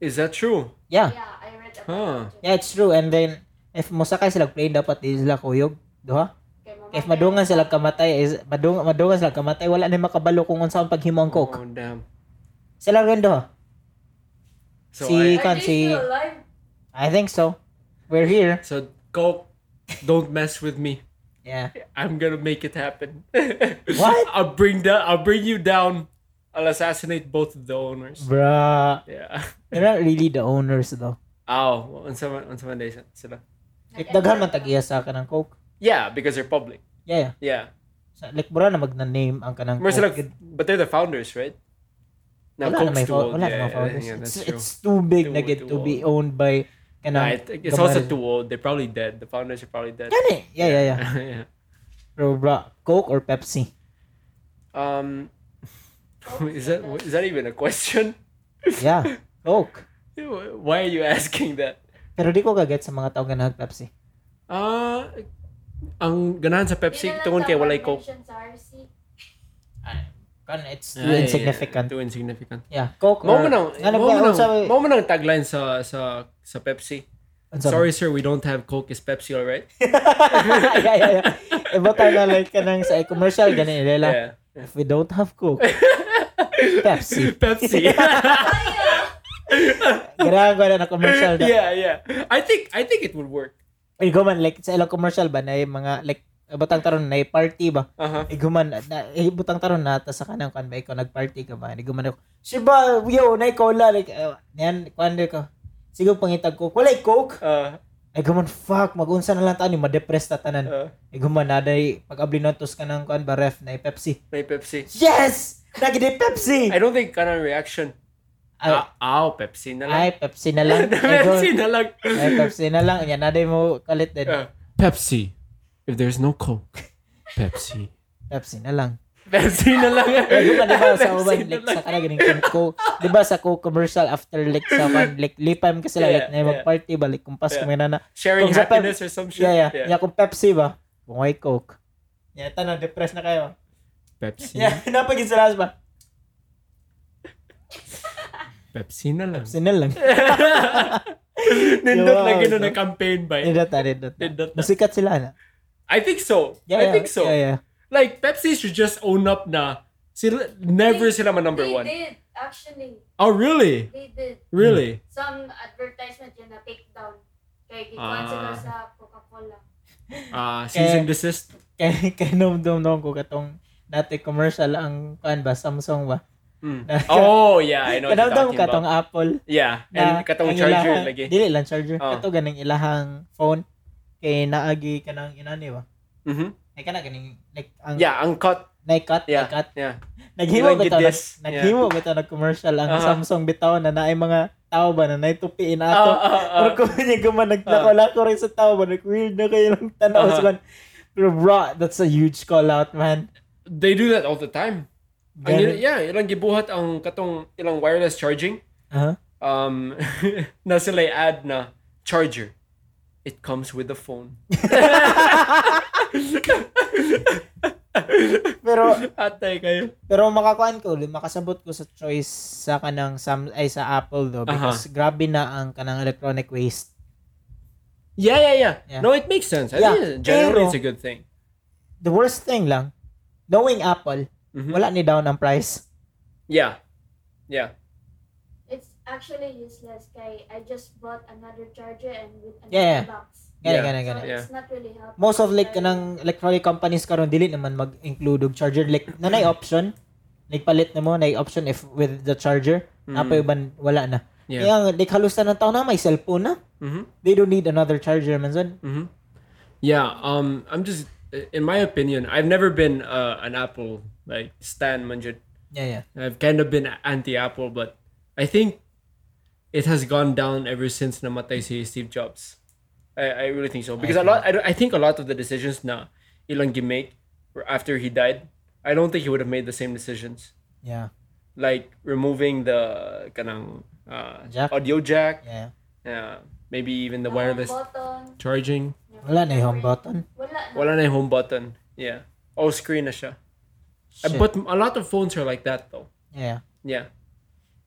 Is that true? Yeah. Yeah, I read about Huh. it. Ah. Yeah, it's true. And then, if mosakay sila plane, dapat di sila kuyog. Duha? Kay mama- If madungan sila kamatay, is, madung, madungan sila kamatay, wala na makabalo kung unsa ang paghimo ang coke. Oh damn. Sila rin duha. So See? I, Are Ikan they si- still alive? I think so. We're here. so Coke, don't mess with me. Yeah. I'm gonna make it happen. What? I'll bring down. I'll bring you down. I'll assassinate both of the owners. Bruh. Yeah. They're not really the owners though. Ow. On some on some days sila. Like, daghan man tagiya sa kanang coke. Yeah, because they're public. Yeah, yeah. Yeah. Sa, like, bura na magna-name ang kanang Mercy coke. Love, but they're the founders, right? No, wala na Coke's may too fo- old. wala na yeah, mga founders. Yeah, it's, that's true. it's too big Too na old, get too to be old. owned by Nah, kanang it, it's also gamay- too old. They're probably dead. The founders are probably dead. Gani. Yeah, yeah, yeah. yeah. Pero bra, Coke or Pepsi? Um, is that is that even a question? Yeah, Coke. Why are you asking that? Pero di ko kaget sa mga tao nga nag Pepsi. Ah, ang ganahan sa Pepsi Yun na lang tungon kay dapat walay Coke. mention sa RC. Kan, it's too Ah, yeah, insignificant. Yeah, Too insignificant. Coke Mo or... ano mo nang Nga mo mo nagbaon sa... nang- mo mo nang tagline sa sa sa Pepsi. Ano sa- Sorry sir, we don't have Coke. Is Pepsi all right? yeah, yeah, yeah. Iba tayo na like ka nang sa commercial, ganun nila. Yeah. If we don't have Coke, Pepsi. Pepsi. Ganun ko na na commercial. Na. yeah, yeah. I think I think it would work. Igo man, like sa ilang commercial ba, na yung mga, like, butang taron na yung party ba? Uh-huh. Iguman, na, eh, butang taron na, ta sa kanang kan ba, ikaw nagparty ka ba? Iguman ako, Shiba, yo, na ikaw la, like, uh, yan, kwan di ko. Sige, pangitag ko, walay coke. Uh, Ay guman, fuck, mag-unsa na lang tayo, ma-depress ta tanan. uh, Ay guman, naday, Eh, pag ablinontos ka ng kwan ba, ref, na Pepsi. may Pepsi. Yes! Nagidi Pepsi! I don't think kanang reaction. Ay, Ah, ow, Pepsi na lang. ay, Pepsi na lang. Ay, go- Pepsi na lang. ay, Pepsi na lang. Yan, naday mo kalit din. Uh, Pepsi. If there's no Coke, Pepsi. Pepsi na lang. Pepsi na lang. Ay, guman, di ba, sa Pepsi uban, na like, lang. sa kanaganing ko, di ba, sa ko commercial after, like, sa kan, like, lipam ka sila, Yeah, like, na yeah. mag-party, balik, kumpas, yeah. Yeah. kumina na. Sharing Kung sa Pep- happiness or some shit. Yeah, yeah. Yeah, kung Pepsi ba, kung may Coke. Hmm. Yeah, tanong, depressed na kayo. Pepsi. Yeah, napagin sa last ba? Pepsi na lang. Pepsi na lang. Nindot Wow, lagi na so- na campaign ba? Nindot na, nindot na. Nindot na. Musikat sila na. I think so. I think so. Yeah, yeah. Like Pepsi should just own up na Sila, never They- sila man number they one. did, actually. Oh, really? They did. Really? Some advertisement yun na take down. Ah. Kaya gikuhan sila sa Coca-Cola. Ah, cease Eh. and desist. Kay kay nom ko katong dati commercial ang kan ba Samsung ba. Mm. Na- Oh, yeah, I know what you're Kanamdam ka talking about. tong Apple. Yeah, and katong charger ilahang, lagi. Dili lang charger. Oh. Kato ganang ilahang phone kay naagi kanang inani ba. Mhm. Ay kana ganing like ang Yeah, ang cut. naikat, Yeah. naikat. Yeah. Naghimo Like bitaw the nag, disc. naghimo bitaw nag commercial ang Uh-huh. Samsung bitaw na naay mga tao ba na naitupiin Ah, ato. ah, ah. Pero kung niya guman nagnakola ko rin sa tao ba, nag weird na kayo ng tanaw Uh-huh. sa kan. Pero bro, that's a huge call out man. They do that all the time. Ang, Ganun- yeah, ilang gibuhat ang katong ilang wireless charging. Uh-huh. Um, na sila add na charger. It comes with the phone. Pero Atay kayo. Pero makakuan ko, makasabot ko sa choice sa kanang Sam, ay sa Apple do because grabe na ang kanang electronic waste. Yeah, yeah, yeah, Yeah. No, it makes sense. I Yeah, think generally pero- it's a good thing. The worst thing lang, knowing Apple, Mhm. wala ni down ang price. Yeah. Yeah. It's actually useless. Kaya I just bought another charger and with another Yeah, yeah. box. Gana Yeah. gana So gana. Yeah. it's not really helpful. Most of like Kaya- kanang electronic companies karon dili naman mag-include og charger like nanay option. Nagpalit na mo nay option if with the charger. Mm. Napay ban wala na. Yeah. Yeah. Kaya like halos na ng tao na may cellphone na. Mhm. They don't need another charger man son. Mm-hmm. Yeah. Um. I'm just, in my opinion, I've never been uh, an Apple like stan manjut. Yeah, yeah. I've kind of been anti-Apple, but I think it has gone down ever since namatay si Steve Jobs. I, I really think so because a lot. I, don't- I think a lot of the decisions na Elon gi make were after he died. I don't think he would have made the same decisions Yeah. like removing the kanang uh, Jack? audio jack, Yeah. uh, maybe even the No wireless Button, charging. no Wala na yung home Uh, memory. button. Wala na. Wala na yung home button. Yeah. Oh, screen na siya. Eh, Shit. But a lot of phones are like that though. yeah. Yeah.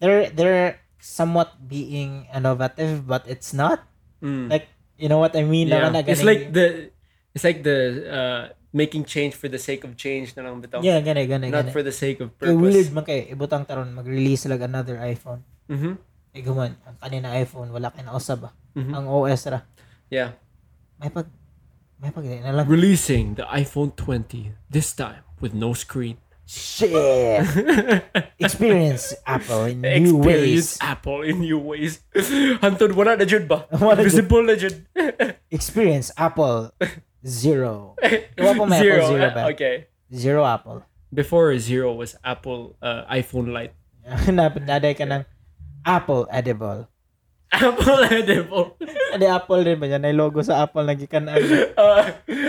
they're they're somewhat being innovative but it's not Mm. like you know what i mean Yeah. Naman na It's ganun like yung- the it's like the uh making change for the sake of change na lang bitaw. yeah gana gana Not gana for the sake of Kay purpose. weird man kay ibutang taron mag-release lag another iphone Mhm. kay guman ang kanina iphone wala kay nausab ah. Mhm. ang os ra Yeah. may pag may pag na lang Releasing the iPhone 20 this time with no screen. shit experience apple in new Experience ways Apple in new ways. Hantod wala na jud ba? Wala jud. Visible na jud. experience apple zero Iwa pa may Apple Zero ba? Okay. zero apple Before zero was Apple uh, iPhone Lite. napaday ka ng apple edible Apple edible. Hindi, Apple rin ba yan? May logo sa Apple na gikan-an. uh,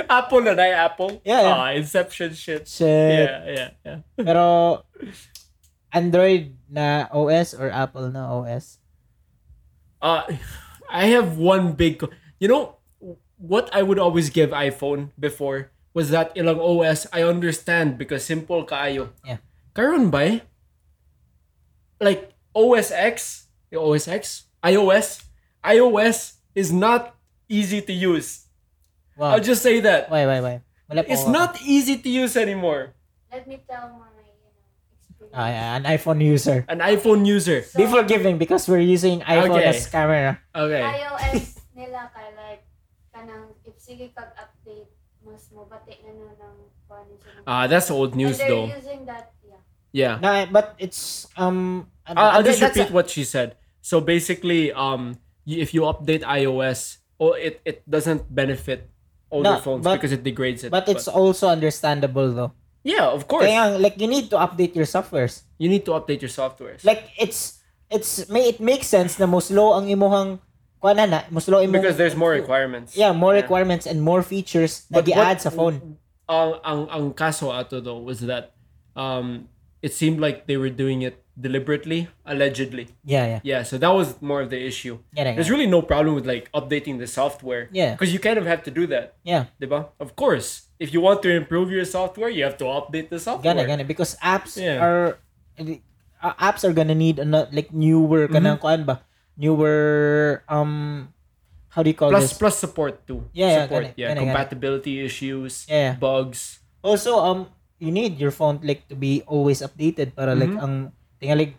Apple na na Apple. Yeah, yeah. Ah, Inception shit. Shit. Yeah, yeah, yeah. Pero, Android na OS or Apple na OS? Uh, I have one big. co- You know what I would always give iPhone before was that ilang OS. I understand because simple kaayo. Yeah. Karon ba? eh? Like OS X, eh, OS X, iOS, iOS is not easy to use. Wow. I'll just say that Why, why, why? Wala po it's ako. not easy to use anymore. Let me tell my you know, experience. Ah, yeah, an iPhone user. An iPhone user. So, Be forgiving because we're using iPhone Okay. as camera. Okay. iOS nila kay like kanang if sige kag update mas mabati na no ng kuan Ah, that's old news And though. they're using that Yeah. yeah. Na, but it's, um... ano- I'll, I'll Android, just that's repeat a- what she said. So basically, um, y- if you update iOS, oh, it it doesn't benefit No, older phones but- because it degrades it. But it's also understandable though. yeah, of course, Kaya, nga, like, you need to update your softwares. you need to update your software. Like, it's, it's, may, it makes sense na mas low ang imuhang, kuha na na, mas low imong... because there's more requirements. Yeah, more Yeah. requirements and more features na But gi-add what- sa phone. Ang ang ang kaso ato though was that um, it seemed like they were doing it deliberately, allegedly. Yeah, yeah. Yeah, so that was more of the issue. Yeah, yeah. There's really no problem with like updating the software. Yeah. because you kind of have to do that. Yeah. Diba? Of course. If you want to improve your software, you have to update the software. Gana, gana. Because apps Yeah. are, uh, apps are gonna need ano, like newer, Mm-hmm. kanang kuan ba? Newer, um, how do you call Plus this? plus support too. Yeah, yeah, support. ganun, yeah, ganun, ganun. compatibility issues, Yeah, yeah. bugs. Also, um, you need your phone like to be always updated para like Mhm. ang tingalig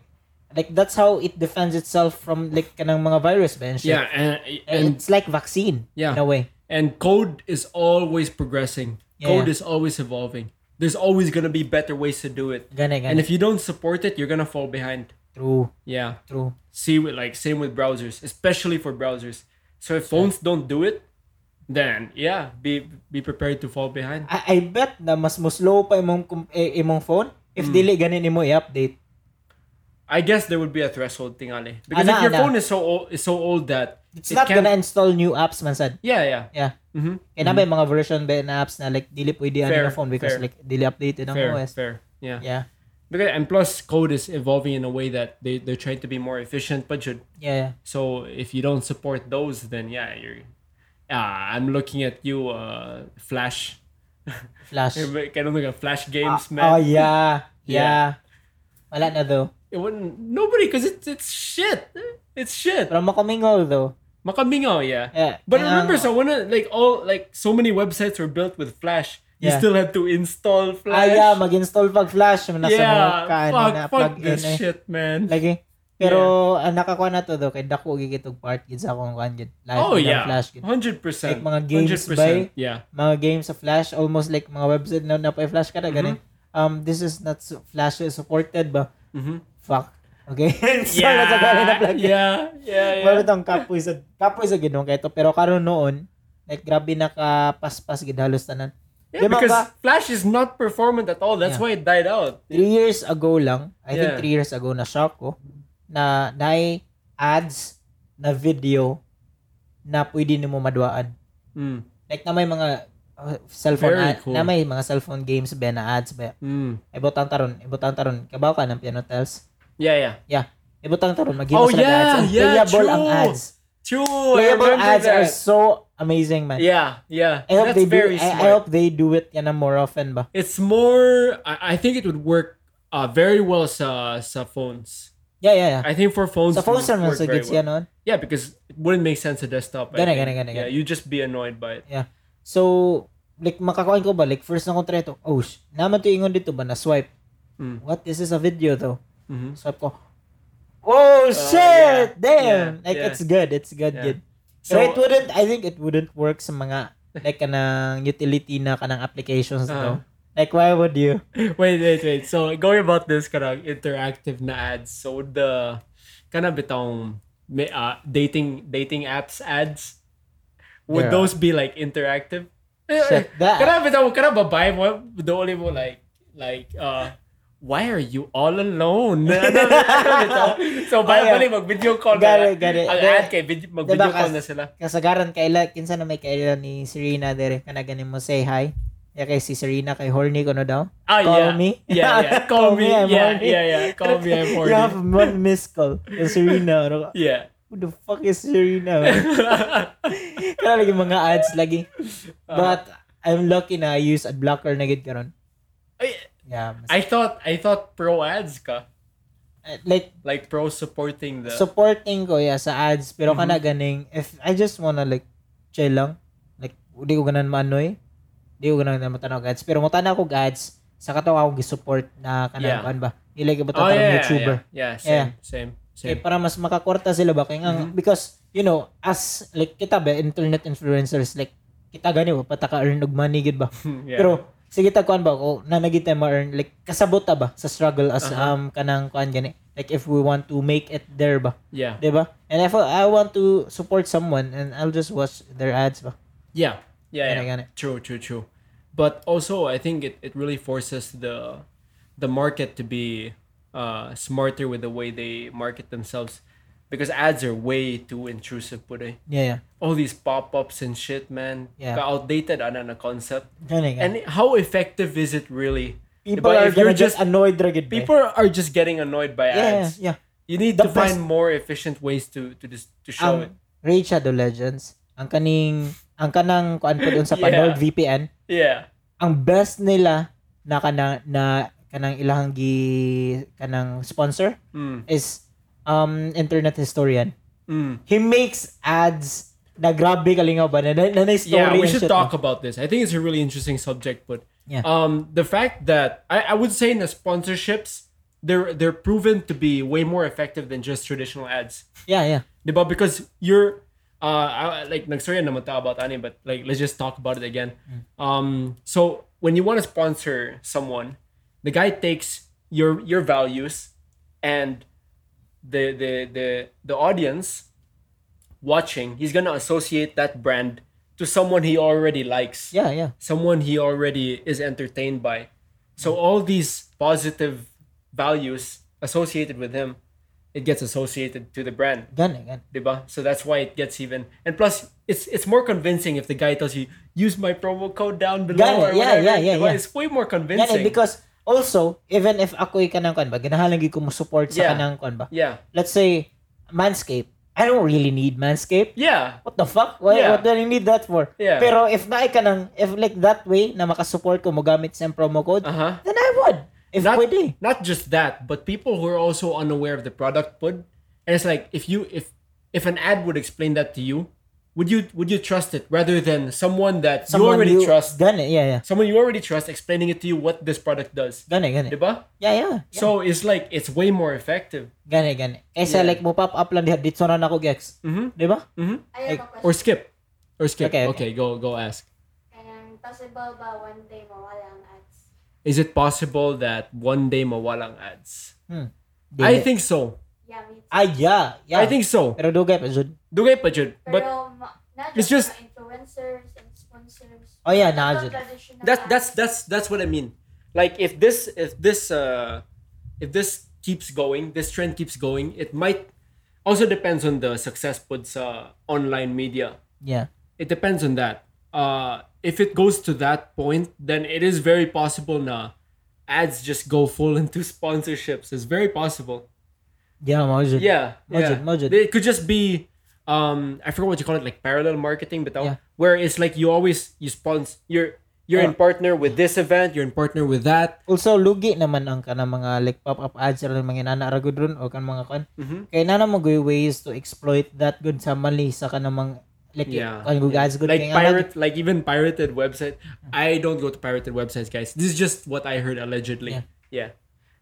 like that's how it defends itself from like kanang mga virus ba and shit. Yeah, and And and it's like vaccine in yeah, a way. and code is always progressing. Yeah. Code is always evolving. There's always gonna be better ways to do it. Gana, gana. And if you don't support it, you're gonna fall behind. true, Yeah. true. See with like same with browsers, especially for browsers. So if phones don't do it, then yeah, be be prepared to fall behind. I, I bet na mas muslow pa imong kum- eh, imong phone Mm. if dili ganin imo i-update. I guess there would be a threshold thing, Ale. Because Ana, if your ana. phone is so old, is so old that It's it not can't- gonna install new apps man sad. Yeah, yeah. Yeah. Mm-hmm. Kaya na ba yung mga version ba na apps na like dili pwede ano Fair, na phone because fair. like dili updated ang Fair, OS. fair. Yeah. eh. Yeah. Because and plus code is evolving in a way that they they're trying to be more efficient, but should Yeah, yeah. so if you don't support those, then yeah, you're. Ah, I'm looking at you, uh, Flash. Flash. Ah, I don't look at Flash games, man. Oh yeah. Yeah. Yeah. Wala na though. It wouldn't nobody because it's it's shit. It's shit. Pero makamingaw though. Makamingaw, yeah. Yeah. But Kaya remember, ang- so when uh, like all like so many websites were built with Flash, you Yeah. still had to install Ah, Flash. yeah, mag-install pag flash. Yung Nasa yeah, mo ka, ano, fuck, na fuck plug in. this Eh. shit, man. Lagi. Pero ang nakakuha na to do kay dako gigit og part gid sa akong kuan gid. Lahat oh ng yeah, flash gid. hundred percent. Like mga games by- yeah. Mga games sa flash almost like mga website na na pa flash kada gani. Mm-hmm. Um this is not su- flash supported ba? Mhm. Fuck. Okay. so yeah, nasa kuha na plug in. yeah, yeah, yeah. Pero itong kapoy sa kapoy sa ginong kay to pero karon noon like grabe nakapaspas gid halos tanan. Yeah, Di ba because ba? Flash is not performant at all. That's Yeah. why it died out. three years ago lang, I think Yeah. three years ago na shock ko, na naay ads na video na pwede nimo maduaan. Mm. Like na may mga uh, cellphone Very ad- cool. na may mga cellphone games ba na ads ba. Mm. Ibutang taron, ibutang taron, kabaw ka ng piano tells. Yeah, yeah. Ibutang taron, mag Oh, sila ng ads. yeah, Ang yeah, playable ang true. ads. True. Playable I remember ads that. are so amazing, man. Yeah, yeah. I hope they That's very do, I, smart. I hope they do it yan na more often ba. It's more. I, I think it would work uh, very well sa sa uh, phones. Yeah, yeah, yeah. I think for phones. Sa it phone would naman work sa very gets well. yan on. Yeah, because it wouldn't make sense a desktop. I Gana, think. gana, gana, Yeah, gana. you just be annoyed by it. So, like, makakuha ko ba? Like, first na kontreto, oh, sh- naman to ingon dito ba na swipe? Mm. What? This is a video though. hmm Swipe ko. Oh, shit! yeah. Damn! Yeah, like, yeah. it's good. It's good, Yeah. good. So So, it wouldn't, I think it wouldn't work sa mga, like, kanang utility na kanang applications though. Uh-huh. Like, why would you? wait, wait, wait. So going about this kind of interactive na ads. So the kind of bitong may- uh, dating dating apps ads. Would Yeah. those be like interactive? Eh, Shit, that- Kana bitong kana babae mo the only mo like like uh why are you all alone? Ano, ano bitaw? Oh, yeah. so babae pala mag-video call Got na. it, got it. Ang Diba- ad kay vid- mag-video diba call kas- na sila. Kasagaran, kaila, kinsa na may kaila ni Serena dere, kana ganin mo say hi. Yeah, kay si Serena, kay Horny ko no daw. Ah, Call yeah. me? Yeah, yeah. Call, me. I'm Yeah, horny. yeah, yeah. Call me. I'm horny. You have one missed call. Yung Serena, ano ka? Yeah. Who the fuck is Serena? Kaya lagi mga ads lagi. Ah. Uh, But I'm lucky na I use ad blocker na gid karon. Ay, Yeah. mas- I thought I thought pro ads ka. uh, like Like pro supporting the supporting ko yeah sa ads pero Mhm. kana ganing if I just wanna like chill lang like di ko ganan maanoy. Di ko ganan matanaw og ads pero mo tanaw ko og ads sa katawa akong gisupport na Yeah. kanang kuan ba. Ilay gibot oh, oh, yeah, YouTuber. Yeah, yeah, same, Yeah. same, Okay, same. para mas makakorta sila ba kaya nga- Mhm. because you know as like kita ba internet influencers like kita gani ba pataka earn og money gid ba yeah. Pero sige tagkuan ba ko na nagita mo earn like kasabot ta ba sa struggle as Aha. um kanang kuan gani like if we want to make it there ba yeah, 'di ba Diba? and if I want to support someone and I'll just watch their ads ba yeah, yeah, Gana, yeah. gana. True, true, true. But also, I think it, it really forces the the market to be uh, smarter with the way they market themselves, because ads are way too intrusive. Put yeah yeah all these pop ups and shit, man. Yeah. outdated on a concept. gani gani. And how effective is it really? people diba, are if you're gonna just just- annoyed ra gid ba, eh. People are just getting annoyed by yeah ads. yeah, yeah. You need The to best- find more efficient ways to to dis- to show it. ang Raid Shadow Legends ang kaning ang kanang kuan po dun sa Yeah. Panood VPN Yeah. ang best nila na kanang na kanang ilang gi kanang sponsor Mm. is um internet historian Mm. he makes ads na grabe kalingaw ba na, na, na, na story yeah, we and should shit, talk no? about this. I think it's a really interesting subject, but Yeah. um, the fact that I, I would say in the sponsorships, they're they're proven to be way more effective than just traditional ads. yeah yeah Diba? Because you're uh I- like nagsorry naman tayo about ani but like let's just talk about it again. Um so when you want to sponsor someone, the guy takes your your values and the the the the audience watching, he's going to associate that brand to someone he already likes yeah yeah someone he already is entertained by. So all these positive values associated with him, it gets associated to the brand, gan gan diba? So that's why it gets even. And plus, it's it's more convincing if the guy tells you use my promo code down below. Ganun, or yeah, whatever, yeah, yeah, diba? yeah. It's way more Yan eh, convincing. because also even if ako'y kanang kan ba ganahalan gyud ko mo support sa Yeah. kanang kan ba yeah, let's say Manscaped I don't really need Manscaped yeah, what the fuck? Why, Yeah. What do I need that for? Yeah. Pero if na ka ng, if like that way na makasupport ko mo gamit sa promo code, uh huh. then I would. If not, pwede. Not just that, but people who are also unaware of the product put. And it's like if you if if an ad would explain that to you, would you would you trust it rather than someone that you already trust, Gani, yeah, yeah. someone you already trust explaining it to you what this product does, Gani, gani. diba? Yeah, yeah. yeah. So it's like it's way more effective. gani, gani. Kaysa Yeah. like mo pop up lang diha, dito na ako, Gex. Mm-hmm. Di ba? I have a Or skip, question. or skip. Okay, Okay, okay. go go ask. Kanang possible ba one day mawala ang ads? Is it possible that one day mawalang ads? Hmm. Di- I think so. Yeah, me too. Ah, yeah. yeah. I think so. Pero dugay pa, Jud. Dugay pa jud, but Pero ma- not it's just, just- mga influencers and sponsors. Oh, yeah, Ano nah, ba Jud. traditional that that's ads? that's that's what I mean. Like if this if this uh if this keeps going, this trend keeps going, it might also depends on the success puts uh online media. Yeah. It depends on that. Uh if it goes to that point, then it is very possible na ads just go full into sponsorships. It's very possible. Yeah, mo, Jud. Yeah. Majid, yeah. majid. It could just be um I forgot what you call it, like parallel marketing, but Yeah. where it's like you always you sponsor you're you're Uh, in partner with this event, you're in partner with that. Also, lugi naman ang kanang mga like pop-up ads or mga inanaara gud ron o kan mga kan. Mhm. Kaya na naman gawin ways to exploit that good sa mali sa kanamang like Yeah. kan gud ads good Like pirate like even pirated website. I don't go to pirated websites, guys. This is just what I heard allegedly. Yeah. Yeah.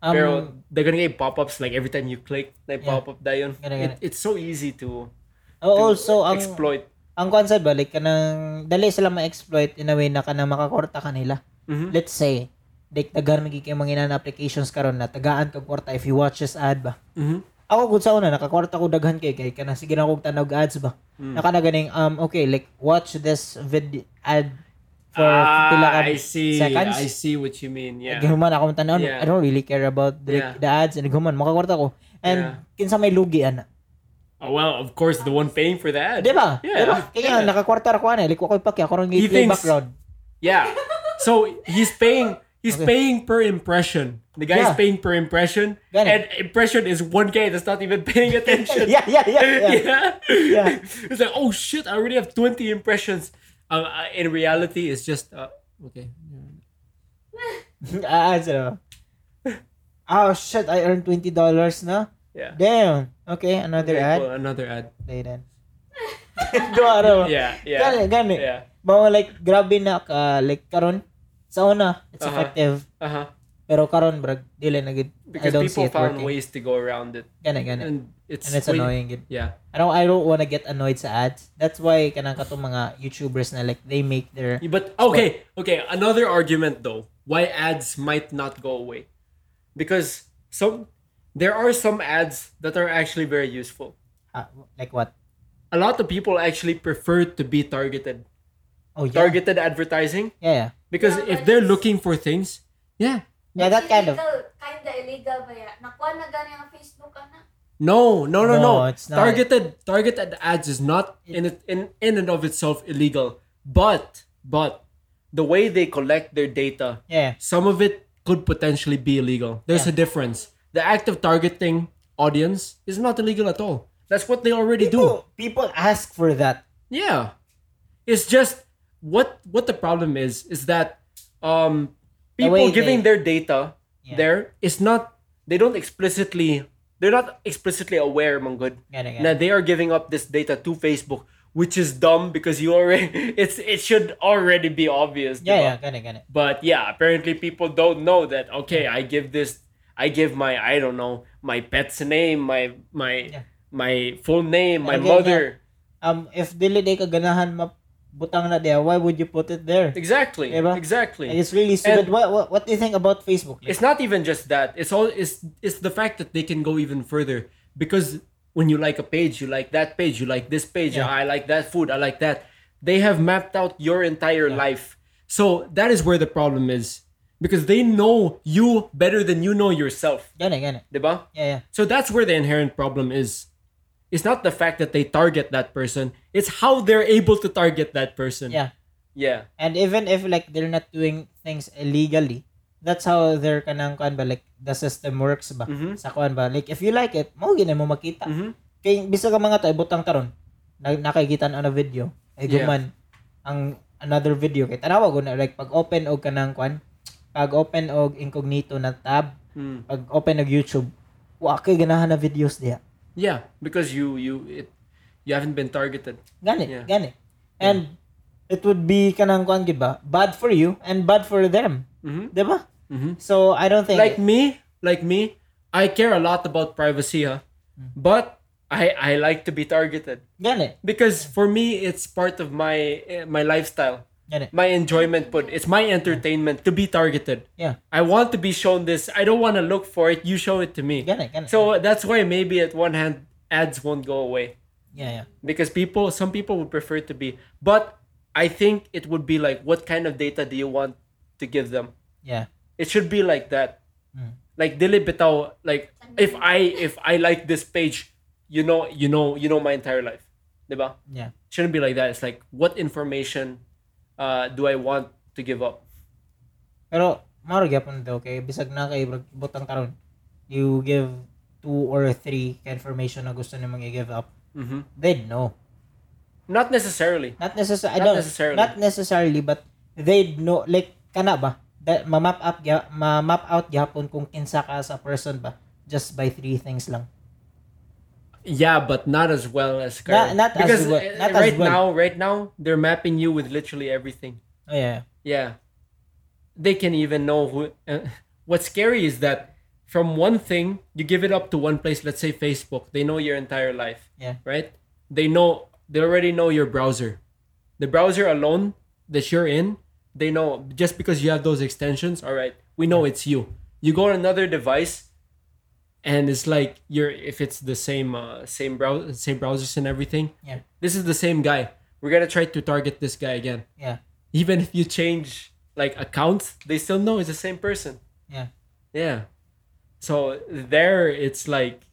Um, Pero they're gonna get pop-ups like every time you click, they Yeah. pop up dayon. Gonna, It, it's so easy to, oh, to also ang exploit. ang concept ba like kanang dali sila ma-exploit in a way na kanang makakorta kanila. Mhm. Let's say like tagaan nagig kay mga inan applications karon na tagaan kag korta if you watch this ad ba. Mhm. Ako gud sa una nakakorta ko daghan kay kay kana sige na kog tanog ads ba. Mm. Naka na ganing um okay like watch this vid ad for Ah, pila ka I see. seconds. I see what you mean. Yeah. Naghuman ako ng tanawon. I Yeah. don't really care about the, Yeah. the ads. And naghuman, makakwarta ko. And Yeah. kinsa may lugi, ana. Oh, well, of course, the one paying for the ad. Di ba? Yeah. Di ba? Kaya Yeah. nakakwarta ako, ana. Like, wakoy pa kaya. Kurang He play thinks- background. Yeah. So he's paying. He's Okay. paying per impression. The Yeah. guy's paying per impression, Got it. and impression is one guy that's not even paying attention. yeah, yeah, yeah, yeah. yeah. Yeah. It's like, oh shit! I already have twenty impressions. Uh, uh, in reality, it's just uh, okay. Ah, ads, ano. Oh, shit. I earned $20 na. Yeah. Damn. Okay, another Okay, ad. cool, another ad. Play then. Gawa ano. ba? Yeah. Gani, Yeah. gani. Yeah. Bawa like, grabe na ka. Like, karon sa una, it's Uh-huh. effective. Uh huh. Pero karon brag, dili na gid. I Because don't see people it found working. ways to go around it, Gani, gani. And, and it's it's way- annoying gid. Yeah. I don't I don't wanna get annoyed sa ads. That's why kanang katong mga YouTubers na like they make their Yeah, But okay, okay. Another argument though, why ads might not go away, because some there are some ads that are actually very useful. ah, like what? A lot of people actually prefer to be targeted, Oh yeah. targeted advertising, Yeah, yeah. because if Yeah, but they're it's- looking for things, yeah, Yeah, that kind of Illegal, kinda illegal ba ya? Nakuha na gani ang Facebook, ano? ana? no, no, no, no. No, it's not. Targeted targeted ads is not in it, in in and of itself illegal, but but the way they collect their data yeah. some of it could potentially be illegal. There's a difference. The act of targeting audience is not illegal at all. That's what they already do. People, people ask for that. Yeah. It's just what what the problem is is that um The people way giving they- their data Yeah. there is not they don't explicitly they're not explicitly aware, Manggood, Gana, gana. that they are giving up this data to Facebook, which is dumb because you already it's it should already be obvious. Yeah, diba? yeah, gana, gana. But yeah, apparently people don't know that. Okay, I give this, I give my I don't know my pet's name, my my Yeah. my full name, my Again, mother. Um, if dili day ka ganahan mabutang na diya, why would you put it there? Exactly, Diba? exactly. And it's really stupid. what, what, what do you think about Facebook? Like, it's not even just that. It's all it's it's the fact that they can go even further because when you like a page, you like that page, you like this page. Yeah. I like that food. I like that. They have mapped out your entire life. So that is where the problem is because they know you better than you know yourself, gana, gana. diba? Yeah, yeah. So that's where the inherent problem is. It's not the fact that they target that person, it's how they're able to target that person. Yeah. Yeah. And even if like they're not doing things illegally, that's how their kanang kuan ba like the system works ba Mhm. sa kuan ba like if you like it mo gina mo makita Mhm. kay bisa ka mga tayo butang karon na, nakikita na na video ay Yeah. guman ang another video kay tanawa ko na like pag open og kanang kuan pag open og incognito na tab Mm. pag open og YouTube wa kay ganahan na videos diha Yeah, because you you it you haven't been targeted. gani Yeah. gani and it would be kanang kuan gid ba bad for you and bad for them Mhm. diba Mhm. so i don't think Like me, like me, I care a lot about privacy, huh? But I I like to be targeted Gani. because for me it's part of my eh, my lifestyle. Gani. my enjoyment put it's my entertainment to be targeted Yeah. i want to be shown this i don't want to look for it you show it to me Gani. Gani. so that's why maybe at one hand ads won't go away yeah, yeah. because people some people would prefer to be but i think it would be like what kind of data do you want to give them Yeah. it should be like that Mm. like dili bitaw like if i if i like this page you know you know you know my entire life diba Yeah. shouldn't be like that it's like what information uh do i want to give up Pero maro gyapon daw kay bisag na kay bro- butang karon. You give two or three information na gusto nimong i-give up. Mm-hmm. They'd know. Not necessarily. Not necessarily. Not Not necessarily. necessarily. Not necessarily but they'd know like kana ba? That ma-map up gya, ma-map out gyapon kung kinsa ka sa person ba just by three things lang. Yeah, but not as well Not- as Skyrim. not as because well- uh, not as right well. now, right now, they're mapping you with literally everything. Oh yeah. Yeah, they can even know who. Uh, what's scary is that from one thing you give it up to one place. Let's say Facebook. They know your entire life. Yeah. Right. They know. They already know your browser. The browser alone that you're in, they know just because you have those extensions. All right, we know it's you. You go on another device, and it's like you're if it's the same uh, same browser same browsers and everything Yeah. this is the same guy we're gonna try to target this guy again Yeah. even if you change like accounts they still know it's the same person Yeah. yeah so there it's like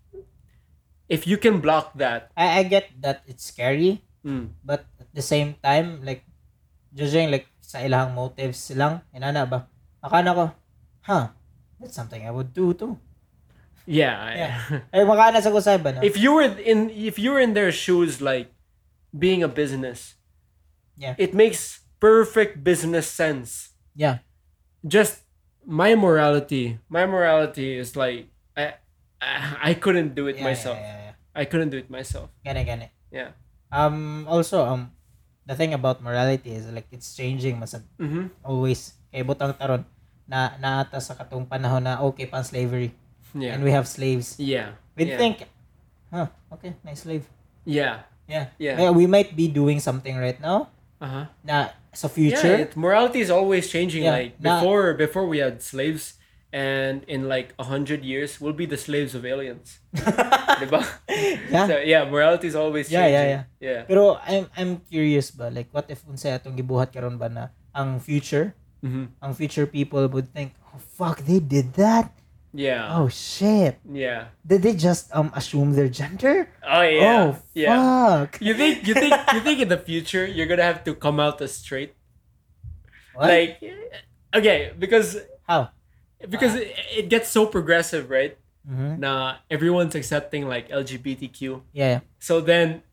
if you can block that I I get that it's scary mm, but at the same time like judging like sa ilang motives lang inana ba akala ko huh that's something I would do too yeah, ay I- makana sa kusay ba na if you were in if you were in their shoes like being a business Yeah. it makes perfect business sense yeah just my morality my morality is like i i, I couldn't do it yeah, myself yeah, yeah, yeah. i couldn't do it myself gani gani yeah um also um the thing about morality is like it's changing masag mm-hmm. always kay butang taron na naata sa katong panahon na okay pang slavery yeah and we have slaves yeah we yeah. think huh okay nice slave yeah yeah. yeah yeah we might be doing something right now uh-huh na sa yeah future it, morality is always changing Yeah, like na- before before we had slaves and in like a hundred years we'll be the slaves of aliens diba? Yeah. so yeah morality is always Yeah, changing. yeah, yeah Pero I'm I'm curious ba like what if unsay atong gibuhat karon ba na ang future mm-hmm. ang future people would think oh fuck they did that yeah oh shit yeah did they just um assume their gender oh yeah oh yeah fuck you think you think you think in the future you're gonna have to come out as straight What? like okay because how because it, it gets so progressive right Mhm. now everyone's accepting like lgbtq yeah yeah. so then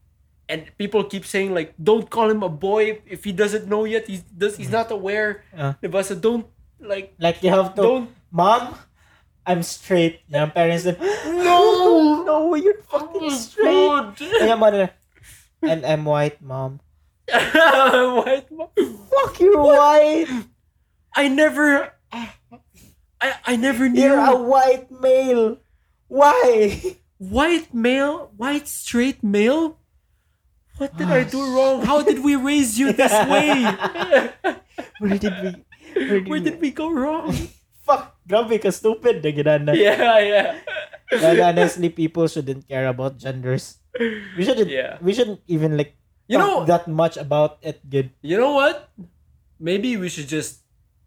and people keep saying like don't call him a boy if he doesn't know yet he's does he's not aware Uh. the bus said, don't like like you have to don't mom I'm straight yung parents din No! Oh, no you're fucking straight Oh God. Kaya mother and I'm white, mom. White mo- Fuck, you're white! I never. I I never knew You're a white male! Why? white male, white straight male. What did I do wrong? How did we raise you this way? Where did we... Where did, Where did we go wrong? Fuck! Grabe ka, stupid na ginana. yeah, yeah. Like, honestly, people shouldn't care about genders. We shouldn't... Yeah. We shouldn't even, like, You talk know, that much about it, good. you know what? Maybe we should just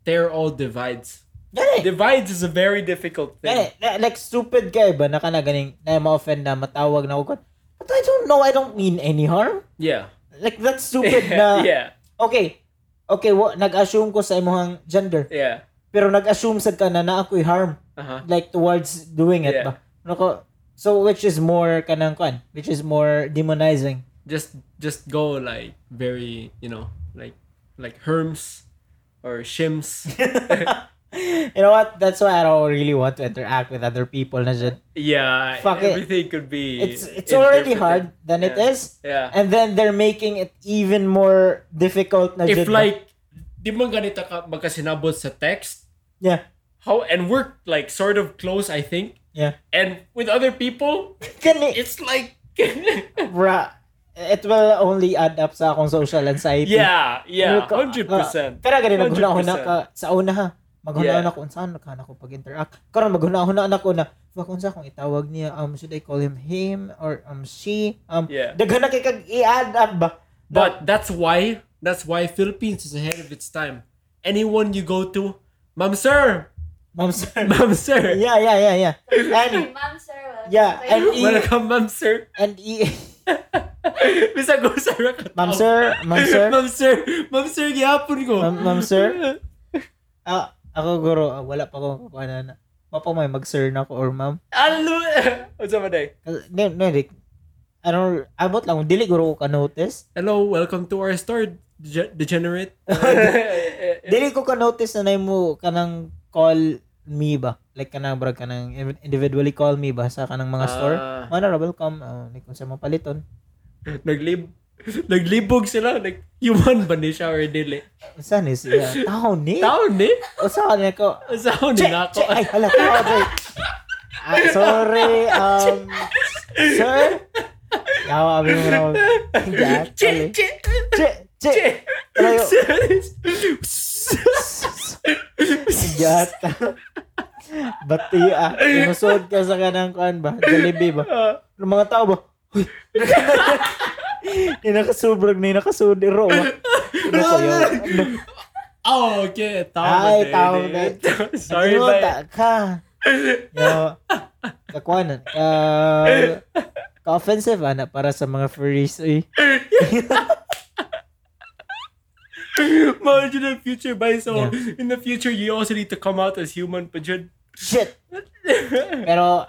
tear all divides. Gani! Divides is a very difficult Gani! thing. Na, like, stupid ka, iba? Naka na ganing, na ma-offend na, matawag na ako. But I don't know, I don't mean any harm. Yeah. Like, that's stupid na... yeah. Okay. Okay, wa- nag-assume ko sa imong gender. Yeah. Pero nag-assume sad ka na na ako'y harm. Uh-huh. Like, towards doing it Yeah. ba? Nako, so, which is more kanang kwan? Which is more demonizing? Just just go like very, you know, like like herms or shims. you know what? That's why I don't really want to interact with other people na dyan. yeah. Fuck it. everything could be It's, it's already hard interpreted. than it Yeah. is. Yeah. And then they're making it even more difficult na if dyan ba? like di man ganito ka magkasinabot sa text Yeah. how and we're like sort of close I think Yeah. and with other people Kani, it's like bra, it will only add up sa akong social anxiety. yeah Pero yeah ka- hundred percent Pero ganun, maghuna-huna 100%. ka. Sa una ha, maghuna-huna Yeah. ko unsaan ka na ko pag-interact. Karon maghuna-huna na ko na wag unsa kung itawag niya um should I call him him or um she um yeah daghan na kay kag i-add up ba but that's why that's why Philippines is ahead of its time anyone you go to ma'am sir ma'am sir ma'am sir yeah yeah yeah yeah and Ma'am, sir. Yeah, and welcome. i- welcome ma'am sir and i bisa go sa rakat ma'am sir ma'am sir ma'am sir ma'am sir gihapon ko Ma'am- ma'am sir? ah, ako guro ah, wala pa ko kuana na pa may mag sir na ko or ma'am Alo! What's up, Aday? Kasi- no no like, I don't abot lang dili guro ko ka notice Hello, welcome to our store, Dege- degenerate. Dili ko ka notice na mo kanang call me ba? Like kanang brag kanang individually call me ba sa kanang mga store? Ah. Mana welcome. Uh, like unsa mo paliton? Naglib naglibog sila, nag human ba ni siya or dili? Unsa ni siya? Tao ni? Taon ni? Unsa ka niya ko? Saan Che, ni na ako? che, ay hala tao boy. Ah, sorry um sir. Yawa abi mo raw. Che, che, ah, Che, che. che. Tayo. Jata. Bati ah. Inusuod ka sa kanang kuan ba? Jollibee ba? ng mga tao ba? Uy! Yung nakasubrag na yung nakasudiro. Ano ko yun? Ano? Oh, okay. Taon Ay, tao na. na. Sorry, Ano, ba? ta- ka. Yo, kakuanan. Ka, ka-offensive, ana, para sa mga furries. eh. Uy. Imagine the future, by so in the future, you also need to come out as human, but you Shit! Pero,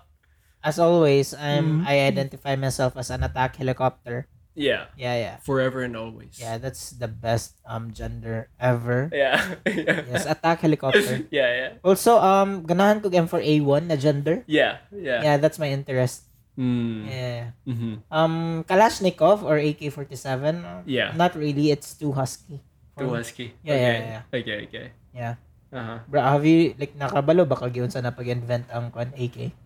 as always, I'm, I identify myself as an attack helicopter. yeah, Yeah, yeah. forever and always. Yeah, that's the best um gender ever. Yeah. yeah. Yes, attack helicopter. yeah, Also, um, ganahan ko game for A1 na gender. yeah, yeah, yeah. Yeah, that's my interest. Mm. Yeah. Mm-hmm. Um, Kalashnikov or AK-47? uh, Yeah. Not really. It's too husky. For Too me. husky. Yeah, okay. yeah, Okay, okay. Yeah. Uh-huh. Bro, have you, like, nakabalo ba kag yun sa napag-invent ang kon AK?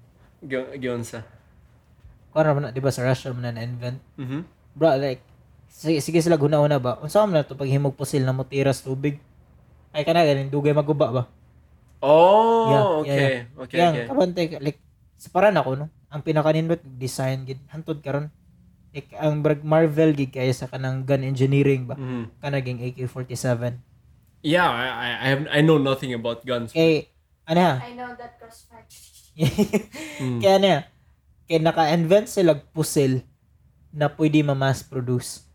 G- Gionsa. Kung mo na, di ba, sa Russia mo na na-invent? Mm-hmm. Bro, like, sige, sige sila, guna-una ba? Unsa mo na ito pag himog pusil na mo tiras tubig? Ay ka na, ganin, dugay maguba ba? Yeah, Oh, yeah, okay. Okay, Yang, okay. kabante, like, sa paran ako, no? Ang pinakaninbot, design, gid, hantod karon Like, ang brag Marvel gid kaya sa kanang gun engineering ba? Mm-hmm. Kanaging AK-47. Yeah, I, I, I, have, I know nothing about guns. Kay, ano ha? I know that crossfire. Mm. Kaya na, kaya naka-invent sila og pusil na pwede ma-mass produce.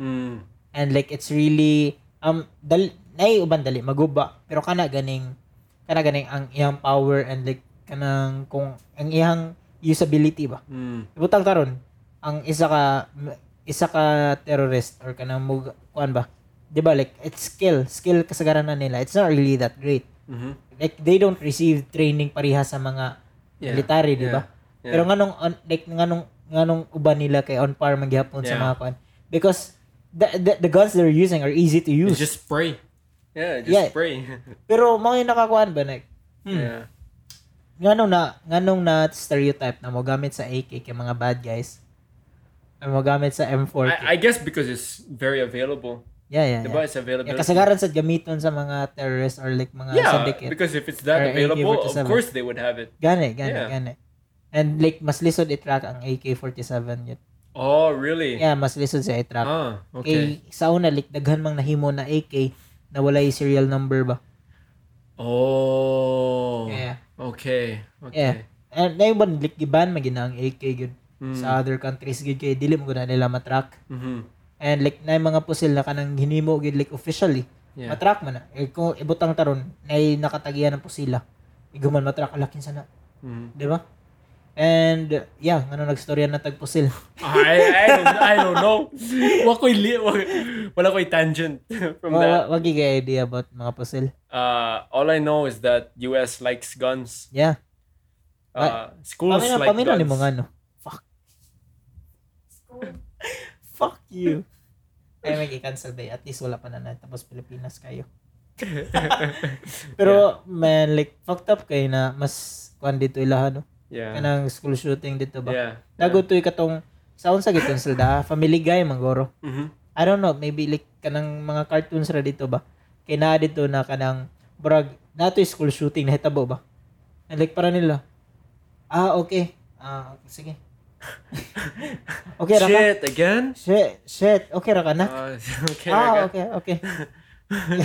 Mm. And like, it's really, um, dal, naiuban dali, maguba. Pero kana ganing, kana ganing ang iyang power and like, kanang, kung, ang iyang usability ba? Mm. Ibutang karon ang isa ka, m- isa ka terrorist or kanang mug, kuan ba? Di ba like, it's skill, skill kasagaranan nila. It's not really that great. Mm-hmm. Like, they don't receive training pariha sa mga Yeah. military, di yeah. ba? Yeah. Pero nganong on, like nganong nganong uban nila kay on par man gihapon sa Yeah. mga kuan. because the, the, the guns they're using are easy to use. It's just spray. Yeah, just Yeah. spray. Pero mga yung nakakuhaan ba like hmm, yeah. nganong na nganong na stereotype na mo gamit sa AK kay mga bad guys. Ang mo gamit sa M4. kay- I, I guess because it's very available. yeah, yeah. yeah. The Diba? It's available. Yeah, kasagaran sa gamiton sa mga terrorist or like mga Yeah, syndicate. because if it's uh, that Or available, of AK-47. course they would have it. Gani, gani, Yeah. gani. And like mas lisod i-track ang AK-47 yun. Oh, really? Yeah, mas lisod siya i-track. Ah, okay. Kay sa una like daghan mang nahimo na AK na wala yung serial number ba. Oh. Yeah. Okay. Yeah. Okay. And na yung ban like giban magina ang AK gud Mm. sa other countries gud kay dili mo gud na nila matrack. Mhm. And like na yung mga pusil na kanang hinimo gud like officially Yeah. matrack man na. Eh, kung ibutang taron na nakatagian ng pusila. Iguman matrack alakin sana, Mhm. di ba? And yeah, ngano nagstorya na tag pusil. I, I, don't, I don't know. Wakoy li, wa- wala ko'y tangent from that. Wa- wa- Wagi kay idea about mga pusil. Uh, all I know is that US likes guns. Yeah. Uh, schools Pamina, like pamina guns. ni mo nga, ano. no? Fuck. School. Fuck you. Ay, may i-cancel ba? At least wala pa na natapos Pilipinas kayo. Pero, man, like, fucked up kayo na mas kwan dito ilahan, no? yeah. Yeah. Kanang school shooting dito ba? yeah. Dago to katong sa unsa gitong silda, Ah, family guy magoro. Mhm. I don't know, maybe like kanang mga cartoons ra dito ba? Kay naa dito na kanang brag nato yung school shooting nahitabo ba? And like para nila. Ah, okay. Ah, okay, sige. okay ra ka. Shit, again? Shit, shit. Okay ra ka na. Uh, okay, ah, okay. okay, okay.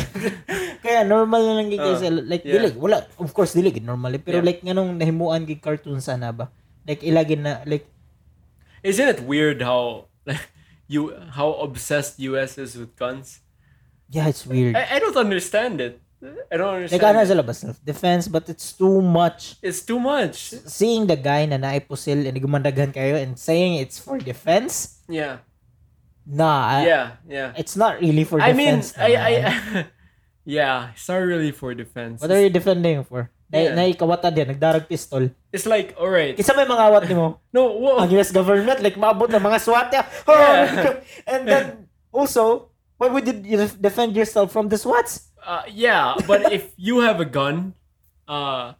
Kaya normal na lang gig Ah, sa like yeah. dili wala of course dili gid normal eh. pero Yeah. like nganong nahimuan gig cartoon sana ba like ilagin na like Isn't it weird how like you how obsessed US is with guns? yeah it's weird I, I don't understand it. I don't like understand. ano it. sila ba self defense but it's too much It's too much. seeing the guy na naipusil and gumandagan kayo and saying it's for defense Yeah. nah I- Yeah. Yeah. it's not really Ah. for I mean, defense naman. I, I, yeah, it's not really for defense. what are you defending for na Yeah. naikawatan yan nagdarag pistol It's like, all right. Kinsa may mga awat nimo no, whoa. ang US government like maabot ng mga SWAT ya. Oh, Yeah. and then also why would you def- defend yourself from the SWATs Uh, yeah, but if you have a gun, uh,